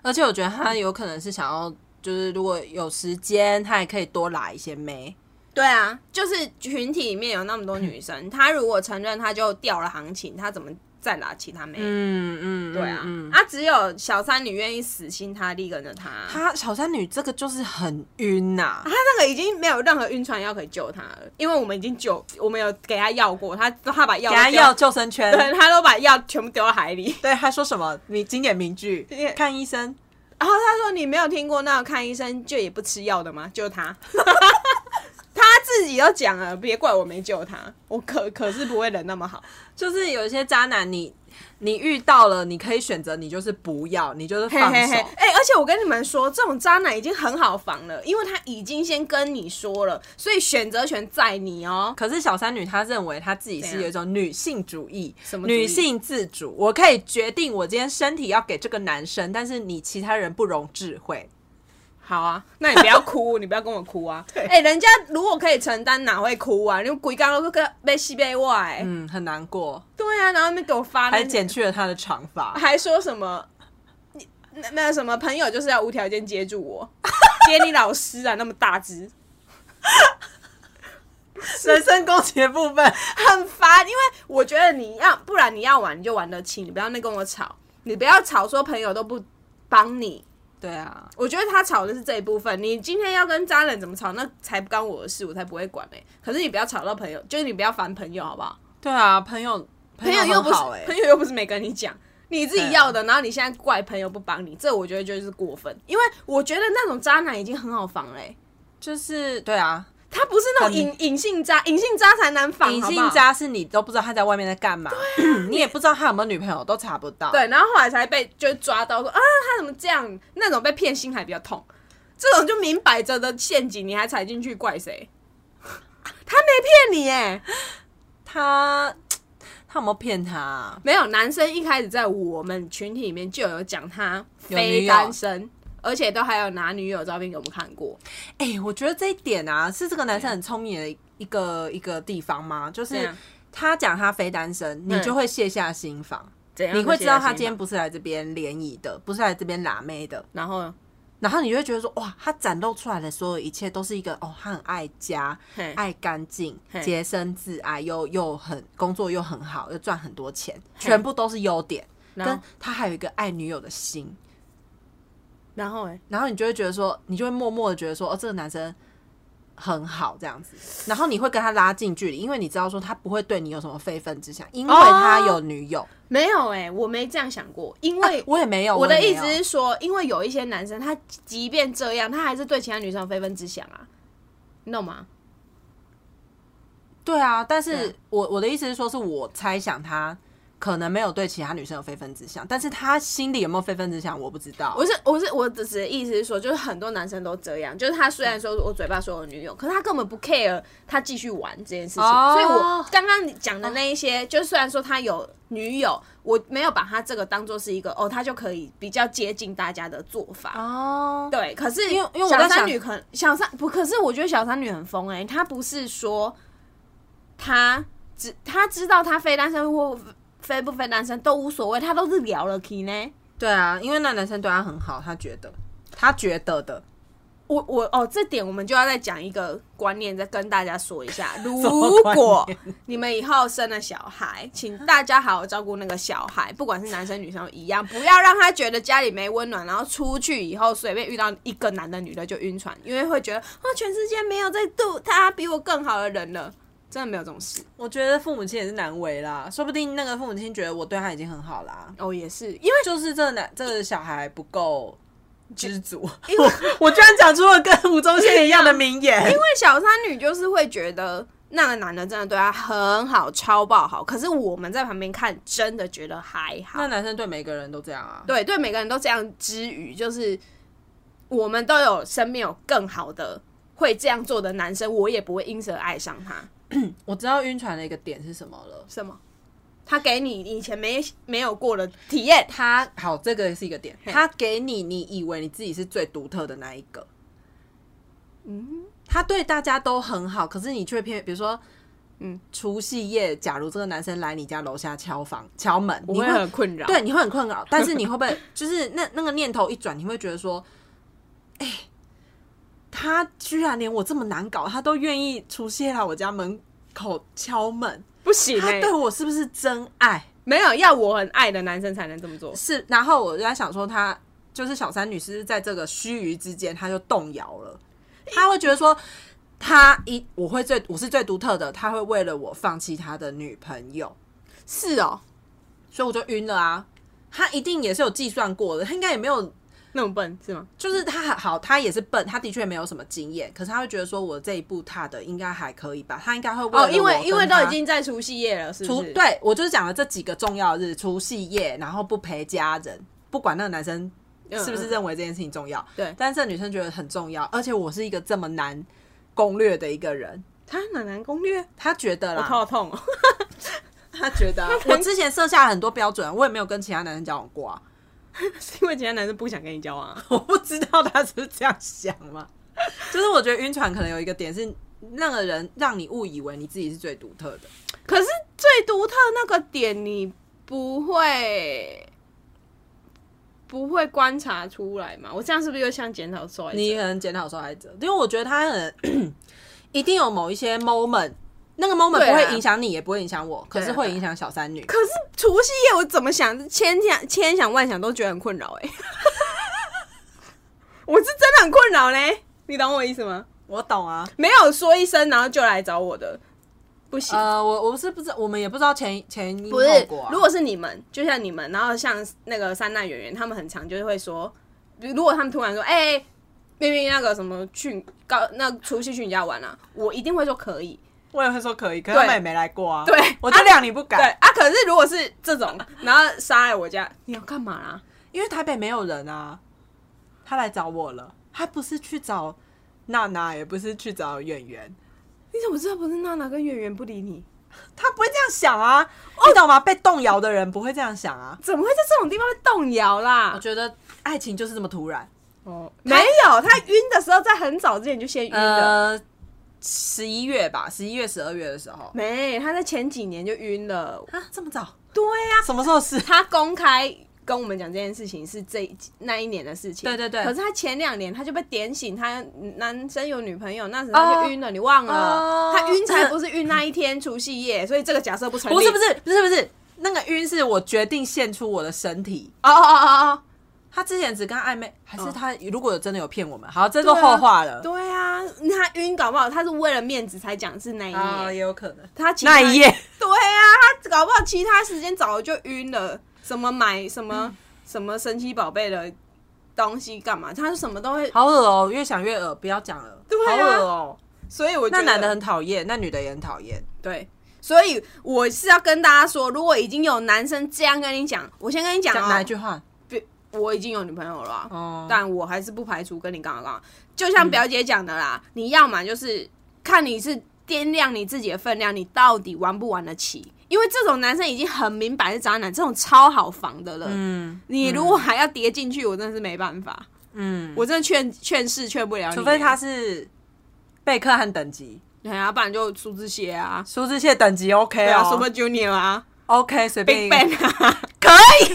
[SPEAKER 1] 而且我觉得他有可能是想要，就是如果有时间，他也可以多拉一些妹。
[SPEAKER 2] 对啊，就是群体里面有那么多
[SPEAKER 1] [laughs]
[SPEAKER 2] 女生，他如果承认，他就掉了行情，他怎么再拿其他妹？
[SPEAKER 1] 嗯嗯，
[SPEAKER 2] 对啊，
[SPEAKER 1] 嗯。
[SPEAKER 2] 啊，只有小三女愿意死心塌地跟着他，他
[SPEAKER 1] 他啊小三女这个就是很晕呐、
[SPEAKER 2] 那个已经没有任何晕船药可以救他了，因为我们已经救，我们有给他药过，他他把药
[SPEAKER 1] 给
[SPEAKER 2] 都
[SPEAKER 1] 他
[SPEAKER 2] 丢
[SPEAKER 1] 要，救生圈。
[SPEAKER 2] 对 [laughs] 他都把药全部丢到海里。
[SPEAKER 1] 对，他说什么？你经典名句
[SPEAKER 2] 典，
[SPEAKER 1] 看医生。
[SPEAKER 2] 然后他说：“你没有听过那个看医生就也不吃药的吗？”就他， [laughs] 他自己都讲了，别怪我没救他，我可可是不会人那么好。
[SPEAKER 1] 就是有一些渣男你，你遇到了，你可以选择，你就是不要，你就是
[SPEAKER 2] 嘿
[SPEAKER 1] 放手。
[SPEAKER 2] 嘿嘿，哎、而且我跟你们说，这种渣男已经很好防了，因为他已经先跟你说了，所以选择权在你哦。
[SPEAKER 1] 可是小三女她认为她自己是
[SPEAKER 2] 怎样
[SPEAKER 1] 有一种女性主义，
[SPEAKER 2] 什么主义
[SPEAKER 1] 女性自主，我可以决定我今天身体要给这个男生，但是你其他人不容智慧。
[SPEAKER 2] 好啊，那你不要哭，你不要跟我哭 [laughs] 啊。哎、人家如果可以承担，哪会哭啊？你鬼刚都跟被戏被外、
[SPEAKER 1] 嗯，很难过，
[SPEAKER 2] 对啊，然后那边给我发那
[SPEAKER 1] 还剪去了她的长
[SPEAKER 2] [laughs]
[SPEAKER 1] 发。
[SPEAKER 2] 还说什么？你那那什么朋友就是要无条件接
[SPEAKER 1] [laughs]
[SPEAKER 2] 住我，接你老师啊，那么大只，
[SPEAKER 1] 人身攻击的部分，
[SPEAKER 2] 很烦。因为我觉得你要，不然你要玩你就玩得起，你不要那跟我吵，你不要吵说朋友都不帮你。
[SPEAKER 1] 对啊，
[SPEAKER 2] 我觉得他吵的是这一部分，你今天要跟渣男怎么吵，那才不干我的事，我才不会管嘞、可是你不要吵到朋友，就是你不要烦朋友，好不好？
[SPEAKER 1] 对啊， [laughs] 朋友，
[SPEAKER 2] 朋友又不
[SPEAKER 1] 很
[SPEAKER 2] 是
[SPEAKER 1] 好哎、
[SPEAKER 2] 朋友又不是没跟你讲，你自己
[SPEAKER 1] 对啊
[SPEAKER 2] 要的，然后你现在怪朋友不帮你，这我觉得就是过分，因为我觉得那种渣男已经很好防嘞、
[SPEAKER 1] 就是对啊，
[SPEAKER 2] 他不是那种
[SPEAKER 1] 很
[SPEAKER 2] 隐隐性渣，隐性渣才难防，
[SPEAKER 1] 隐
[SPEAKER 2] 好不
[SPEAKER 1] 性
[SPEAKER 2] 好。
[SPEAKER 1] 渣是你都不知道他在外面在干嘛， [clears throat] 你也不知道他有没有女朋友，都查不到。，
[SPEAKER 2] 对，然后后来才被就抓到说啊，他怎么这样？那种被骗心还比较痛，这种就明摆着的陷阱，你还踩进去，怪谁？他没骗你哎，
[SPEAKER 1] 他他有没有骗他、啊？
[SPEAKER 2] 没有。男生一开始在我们群体里面就有讲他
[SPEAKER 1] 有女
[SPEAKER 2] 非
[SPEAKER 1] 友
[SPEAKER 2] 单身，而且都还有拿女友照片给我们看过。
[SPEAKER 1] 哎、我觉得这一点啊，是这个男生很聪明的一一个一个地方吗？就
[SPEAKER 2] 怎
[SPEAKER 1] 是
[SPEAKER 2] 样
[SPEAKER 1] 他讲他非单身，你就会卸下心防，
[SPEAKER 2] 怎样
[SPEAKER 1] 你会知道他今
[SPEAKER 2] 写在心
[SPEAKER 1] 天
[SPEAKER 2] 里，
[SPEAKER 1] 不是来这边联谊的，不是来这边拉妹的，
[SPEAKER 2] 然后
[SPEAKER 1] 然后你就会觉得说，哇，他展露出来的所有一切都是一个哦，他很爱家，
[SPEAKER 2] 嘿
[SPEAKER 1] 爱干净，
[SPEAKER 2] 嘿
[SPEAKER 1] 洁身自爱，又又很工作又很好，又赚很多钱，全部都是优点。
[SPEAKER 2] 然
[SPEAKER 1] 跟
[SPEAKER 2] 后
[SPEAKER 1] 他还有一个爱女友的心，
[SPEAKER 2] 然后哎，
[SPEAKER 1] 然后你欸就会觉得说，你就会默默的觉得说，哦，这个男生很好这样子，然后你会跟他拉近距离，因为你知道说他不会对你有什么非分之想，因为
[SPEAKER 2] 哦
[SPEAKER 1] 他有女友。
[SPEAKER 2] 没有哎，我没这样想过，因为
[SPEAKER 1] 啊我也没有，
[SPEAKER 2] 我
[SPEAKER 1] 也
[SPEAKER 2] 的
[SPEAKER 1] 没
[SPEAKER 2] 意
[SPEAKER 1] 有
[SPEAKER 2] 思是说，因为有一些男生，他即便这样，他还是对其他女生有非分之想啊，你懂吗？
[SPEAKER 1] 对啊，但是
[SPEAKER 2] 对
[SPEAKER 1] 我我的意思是说，是我猜想他可能没有对其他女生有非分之想，但是他心里有没有非分之想，我不知道。
[SPEAKER 2] 我是我是我只是意思是说，就是很多男生都这样，就是他虽然说我嘴巴说我女友，可是他根本不 care 他继续玩这件事情。
[SPEAKER 1] 哦
[SPEAKER 2] 所以我刚刚你讲的那一些，就虽然说他有女友，我没有把他这个当做是一个哦，他就可以比较接近大家的做法。
[SPEAKER 1] 哦，
[SPEAKER 2] 对，可是
[SPEAKER 1] 因为因为我在
[SPEAKER 2] 小
[SPEAKER 1] 想
[SPEAKER 2] 三女可能小三不，可是我觉得小三女很疯哎、欸，她不是说她知他知道他非单身或非不非单身都无所谓，他都是聊了 key 呢。
[SPEAKER 1] 对啊，因为那男生对她很好，她觉得，她觉得的，
[SPEAKER 2] 我我哦，这点我们就要再讲一个观念，再跟大家说一
[SPEAKER 1] [laughs]
[SPEAKER 2] 下。如
[SPEAKER 1] 么观
[SPEAKER 2] 果
[SPEAKER 1] 念
[SPEAKER 2] [laughs] 你们以后生了小孩，请大家好好照顾那个小孩，不管是男生女生一样，不要让他觉得家里没温暖，然后出去以后随便遇到一个男的女的就晕船，因为会觉得哦，全世界没有在度他比我更好的人了，真的没有这种事。
[SPEAKER 1] 我觉得父母亲也是难为啦，说不定那个父母亲觉得我对他已经很好啦，
[SPEAKER 2] 哦，也是，因为
[SPEAKER 1] 就是这个男这个小孩不够知足。
[SPEAKER 2] 因为。
[SPEAKER 1] [laughs] 我居然讲出了跟吴宗宪一样的名言，
[SPEAKER 2] 因为小三女就是会觉得那个男的真的对她很好，超爆好。可是我们在旁边看，真的觉得还好
[SPEAKER 1] 那。男生对每个人都这样啊。
[SPEAKER 2] 对对，每个人都这样之余，就是我们都有身边有更好的会这样做的男生，我也不会因此而爱上他。
[SPEAKER 1] 我知道晕船的一个点是什么了。
[SPEAKER 2] 什么？他给你以前没没有过的体验，
[SPEAKER 1] 他好，这个是一个点，他给你你以为你自己是最独特的那一个，嗯，他对大家都很好，可是你却偏，比如说，嗯，除夕夜，假如这个男生来你家楼下敲房敲门，你会
[SPEAKER 2] 困扰对，
[SPEAKER 1] 对，你会很困扰，但是你会不会就是那那个念头一转，你会觉得说，哎、他居然连我这么难搞，他都愿意除夕夜来我家门口敲门，
[SPEAKER 2] 不行、
[SPEAKER 1] 他
[SPEAKER 2] 欸，
[SPEAKER 1] 对我是不是真爱？
[SPEAKER 2] 没有要我很爱的男生才能这么做。
[SPEAKER 1] 是，然后我就在想说他，就是小三女是不是在这个须臾之间，她就动摇了，她会觉得说，她一我会最我是最独特的，她会为了我放弃她的女朋友，
[SPEAKER 2] 是哦，
[SPEAKER 1] 所以我就晕了啊。她一定也是有计算过的，她应该也没有，
[SPEAKER 2] 那么笨是吗？
[SPEAKER 1] 就是她好，她也是笨，她的确没有什么经验，可是她会觉得说我这一步踏的应该还可以吧，她应该会为
[SPEAKER 2] 哦，
[SPEAKER 1] 了
[SPEAKER 2] 因为
[SPEAKER 1] 我
[SPEAKER 2] 因为
[SPEAKER 1] 跟
[SPEAKER 2] 都
[SPEAKER 1] 她
[SPEAKER 2] 已经在除夕夜了，是不
[SPEAKER 1] 除
[SPEAKER 2] 是？
[SPEAKER 1] 对我就是讲了这几个重要的日，除夕夜，然后不陪家人，不管那个男生
[SPEAKER 2] 嗯
[SPEAKER 1] 是不是认为这件事情重要，
[SPEAKER 2] 对
[SPEAKER 1] 但是这女生觉得很重要，而且我是一个这么难攻略的一个人，
[SPEAKER 2] 他很难攻略，
[SPEAKER 1] 她觉得
[SPEAKER 2] 我
[SPEAKER 1] 啦，
[SPEAKER 2] 头好痛 [laughs] 哦。
[SPEAKER 1] 她觉得啊、我之前设下了很多标准，我也没有跟其他男生交往过啊， [laughs]
[SPEAKER 2] 是因为其他男生不想跟你交往、啊。
[SPEAKER 1] 我不知道她是不是这样想嘛， [laughs] 就是我觉得晕船可能有一个点是。那个人让你误以为你自己是最独特的，
[SPEAKER 2] 可是最独特那个点，你不会不会观察出来嘛？我这样是不是又像检讨说？
[SPEAKER 1] 你很检讨受害者，因为我觉得他很 [clears throat] 一定有某一些 moment，那个 moment
[SPEAKER 2] 对
[SPEAKER 1] 不
[SPEAKER 2] 啊
[SPEAKER 1] 会影响你，也不会影响我，可是
[SPEAKER 2] 对啊
[SPEAKER 1] 会影响小三女。
[SPEAKER 2] 可是除夕夜我怎么想，千想千想万想都觉得很困扰哎、 [laughs] 我是真的很困扰嘞，你懂我意思吗？
[SPEAKER 1] 我懂啊，
[SPEAKER 2] 没有说一声，然后就来找我的，不行。
[SPEAKER 1] 呃，我我是不知，我们也不知道前前因
[SPEAKER 2] 不
[SPEAKER 1] 后
[SPEAKER 2] 是
[SPEAKER 1] 果、啊。，
[SPEAKER 2] 如果是你们，就像你们，然后像那个三大演员，他们很常就是会说，如果他们突然说，哎、明明那个什么去高那除夕去你家玩啊，我一定会说可以。
[SPEAKER 1] 我也会说可以，可
[SPEAKER 2] 对
[SPEAKER 1] 没来过啊。
[SPEAKER 2] 对啊
[SPEAKER 1] 谅你不
[SPEAKER 2] 对，啊，可是如果是这种，然后杀来我家，你要干嘛啊啦？
[SPEAKER 1] 因为台北没有人啊。他来找我了，他不是去找娜娜，也不是去找演员，
[SPEAKER 2] 你怎么知道不是娜娜跟圆圆不理你？
[SPEAKER 1] 他不会这样想啊，
[SPEAKER 2] 哦
[SPEAKER 1] 你懂吗？被动摇的人不会这样想啊。
[SPEAKER 2] 怎么会在这种地方会动摇啦
[SPEAKER 1] 我？觉得爱情哦就是这么突然。
[SPEAKER 2] 哦，没有，他晕的时候在很早之前就先晕了，
[SPEAKER 1] 呃，十一月吧，十一月、十二月的时候
[SPEAKER 2] 没，他在前几年就晕了。
[SPEAKER 1] 啊，这么早？
[SPEAKER 2] 对呀、
[SPEAKER 1] 什么时候是？
[SPEAKER 2] 他公开跟我们讲这件事情是这一那一年的事情，
[SPEAKER 1] 对对对
[SPEAKER 2] 可是他前两年他就被点醒，他男生有女朋友，那时候他就晕了，你忘了？
[SPEAKER 1] 哦
[SPEAKER 2] 他晕才不是晕那一天除夕夜，所以这个假设不成
[SPEAKER 1] [laughs]
[SPEAKER 2] 立。
[SPEAKER 1] 不是不是不是不是，那个晕是我决定献出我的身体。
[SPEAKER 2] 哦哦哦
[SPEAKER 1] 他之前只跟暧昧，还是
[SPEAKER 2] 嗯
[SPEAKER 1] 他如果真的有骗我们，好，这
[SPEAKER 2] 对
[SPEAKER 1] 都
[SPEAKER 2] 啊
[SPEAKER 1] 后话
[SPEAKER 2] 哦，
[SPEAKER 1] 了。
[SPEAKER 2] 对啊，他晕搞不好他是为了面子才讲是那一
[SPEAKER 1] 啊，
[SPEAKER 2] 年，
[SPEAKER 1] 也有可能。
[SPEAKER 2] 他其他
[SPEAKER 1] 那一夜， [laughs]
[SPEAKER 2] 对啊，他搞不好其他时间早就晕了，什么买什
[SPEAKER 1] [laughs]
[SPEAKER 2] 么、什么神奇宝贝的东西干嘛，他什么都会，
[SPEAKER 1] 好恶哦，越想越恶，不要讲了，
[SPEAKER 2] 对啊
[SPEAKER 1] 好恶哦。
[SPEAKER 2] 所以我觉
[SPEAKER 1] 那
[SPEAKER 2] 得
[SPEAKER 1] 男的很讨厌，那女的也很讨厌。
[SPEAKER 2] 对，所以我是要跟大家说，如果已经有男生这样跟你讲，我先跟你讲、哦，
[SPEAKER 1] 讲哪一句话？
[SPEAKER 2] 我已经有女朋友了啊、
[SPEAKER 1] 哦，
[SPEAKER 2] 但我还是不排除跟你干嘛干嘛。就像表姐讲的啦，
[SPEAKER 1] 嗯
[SPEAKER 2] 你要嘛就是看你是掂量你自己的分量，你到底玩不玩得起。因为这种男生已经很明白是渣男，这种超好防的了。
[SPEAKER 1] 嗯
[SPEAKER 2] 你如果还要跌进去，我真的是没办法，
[SPEAKER 1] 嗯，
[SPEAKER 2] 我真的劝劝是劝不了你。
[SPEAKER 1] 除非他是贝克汉等级，
[SPEAKER 2] 对啊，不然就苏志燮啊，
[SPEAKER 1] 苏志燮等级 OK
[SPEAKER 2] 对啊，Super
[SPEAKER 1] 哦
[SPEAKER 2] Junior 啊
[SPEAKER 1] ，OK 随便
[SPEAKER 2] ，Big Bang 啊，
[SPEAKER 1] 可以。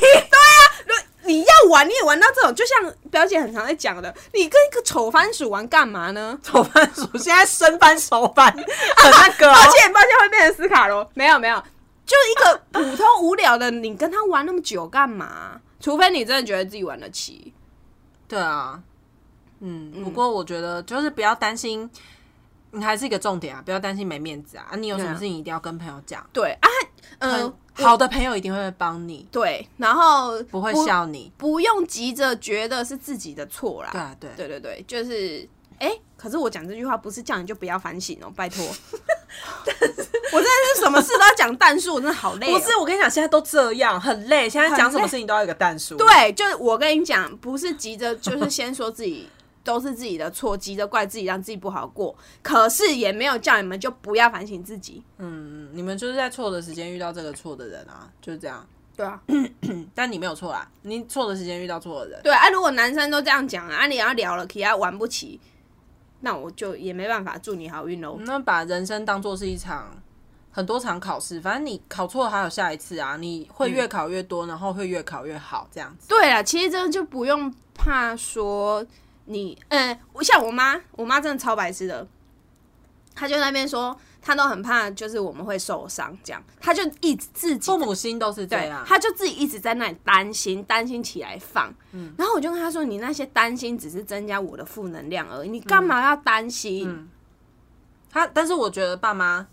[SPEAKER 2] 你要玩你也玩到这种，就像表姐很常在讲的，你跟一个丑番薯玩干嘛呢？
[SPEAKER 1] [laughs] 手翻鼠现在生翻手翻， [laughs] 很那个哦、
[SPEAKER 2] 抱歉，抱歉会变成斯卡罗，没有没有，就一个普通无聊的，你跟他玩那么久干嘛？除非你真的觉得自己玩得起，
[SPEAKER 1] 对啊，嗯，不过我觉得就是不要担心，你还是一个重点啊，不要担心没面子啊。啊你有什么
[SPEAKER 2] 对啊
[SPEAKER 1] 事情一定要跟朋友讲，
[SPEAKER 2] 对啊，嗯、
[SPEAKER 1] 嗯，好的朋友一定会帮你，
[SPEAKER 2] 对，然后
[SPEAKER 1] 不会笑你。
[SPEAKER 2] 不用急着觉得是自己的错啦。
[SPEAKER 1] 对啊，对，
[SPEAKER 2] 对对对，就是哎、可是我讲这句话不是叫你就不要反省哦、
[SPEAKER 1] [laughs]
[SPEAKER 2] 拜托。我真的是什么事都要讲但数，我真的好累、哦。
[SPEAKER 1] 不是我跟你讲，现在都这样，很累。现在讲什么事情都要有一个淡数。，
[SPEAKER 2] 对，就是我跟你讲，不是急着，就是先说自己都是自己的错，急着怪自己，让自己不好过。可是也没有叫你们就不要反省自己。
[SPEAKER 1] 嗯，你们就是在错的时间遇到这个错的人啊，就是这样。
[SPEAKER 2] 对啊，
[SPEAKER 1] 嗯 [clears throat] 但你没有错啦，你错的时间遇到错的人。
[SPEAKER 2] 对啊，如果男生都这样讲啊，啊你要聊了，可他玩不起，那我就也没办法，祝你好运喽。
[SPEAKER 1] 那把人生当做是一场很多场考试，反正你考错了还有下一次啊，你会
[SPEAKER 2] 嗯
[SPEAKER 1] 越考越多，然后会越考越好，这样子。
[SPEAKER 2] 对啊，其实真的就不用怕说你，嗯，我像我妈，我妈真的超白痴的，她就在那边说，她都很怕，就是我们会受伤这样，她就一直自己
[SPEAKER 1] 父母心都是这
[SPEAKER 2] 对
[SPEAKER 1] 样，
[SPEAKER 2] 他就自己一直在那里担心，担心起来放。然后我就跟他说：“你那些担心只是增加我的负能量而已，你干嘛要担心？”
[SPEAKER 1] 他但是我觉得爸妈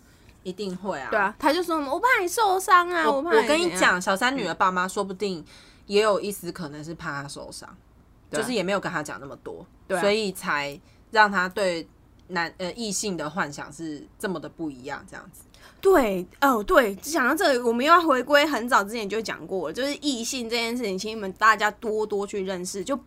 [SPEAKER 1] 一定会啊。
[SPEAKER 2] 对啊，他就说：“我怕你受伤啊，
[SPEAKER 1] 我
[SPEAKER 2] 怕你……”
[SPEAKER 1] 我跟你，讲，小三女
[SPEAKER 2] 嗯
[SPEAKER 1] 的爸妈说不定也有一丝可能是怕她受伤，
[SPEAKER 2] 对啊
[SPEAKER 1] 就是也没有跟她讲那么多，
[SPEAKER 2] 对啊
[SPEAKER 1] 所以才让她对男呃异性的幻想是这么的不一样，这样子。
[SPEAKER 2] 对哦，对，讲到这里，我们又要回归很早之前就讲过了，就是异性这件事情，请你们大家多多去认识，就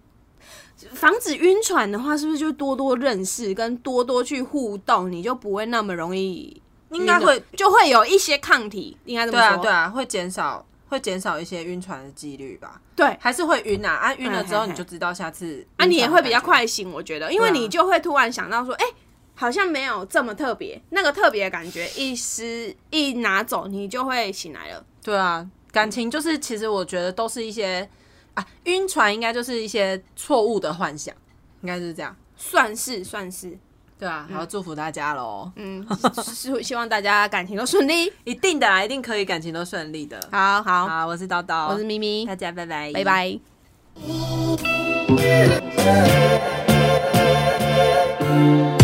[SPEAKER 2] 防止晕船的话，是不是就多多认识跟多多去互动，你就不会那么容易
[SPEAKER 1] 应该会
[SPEAKER 2] 就会有一些抗体，应该这么
[SPEAKER 1] 对啊
[SPEAKER 2] 说。
[SPEAKER 1] 对啊，会减少会减少一些晕船的几率吧。
[SPEAKER 2] 对
[SPEAKER 1] 还是会晕啊，啊晕了之后
[SPEAKER 2] 嗯
[SPEAKER 1] 你
[SPEAKER 2] 嘿
[SPEAKER 1] 就知道下次
[SPEAKER 2] 啊，你也会比较
[SPEAKER 1] 晕
[SPEAKER 2] 快醒，我觉得，因为
[SPEAKER 1] 对啊
[SPEAKER 2] 你就会突然想到说，哎、好像没有这么特别，那个特别的感觉一失一拿走，你就会醒来
[SPEAKER 1] 船的感
[SPEAKER 2] 了。
[SPEAKER 1] 觉。对啊，感情就是其实我觉得都是一些啊晕船应该就是一些错误的幻想，应该是这样。
[SPEAKER 2] 算是算是，
[SPEAKER 1] 对啊，好祝福大家喽，
[SPEAKER 2] 嗯，希 [laughs] 希望大家感情都顺利。
[SPEAKER 1] 一定的啊啦，一定可以感情都顺利的。
[SPEAKER 2] 好好，
[SPEAKER 1] 好，我是叨叨，
[SPEAKER 2] 我是咪咪
[SPEAKER 1] 大，家拜拜，
[SPEAKER 2] 拜。拜。
[SPEAKER 4] Thank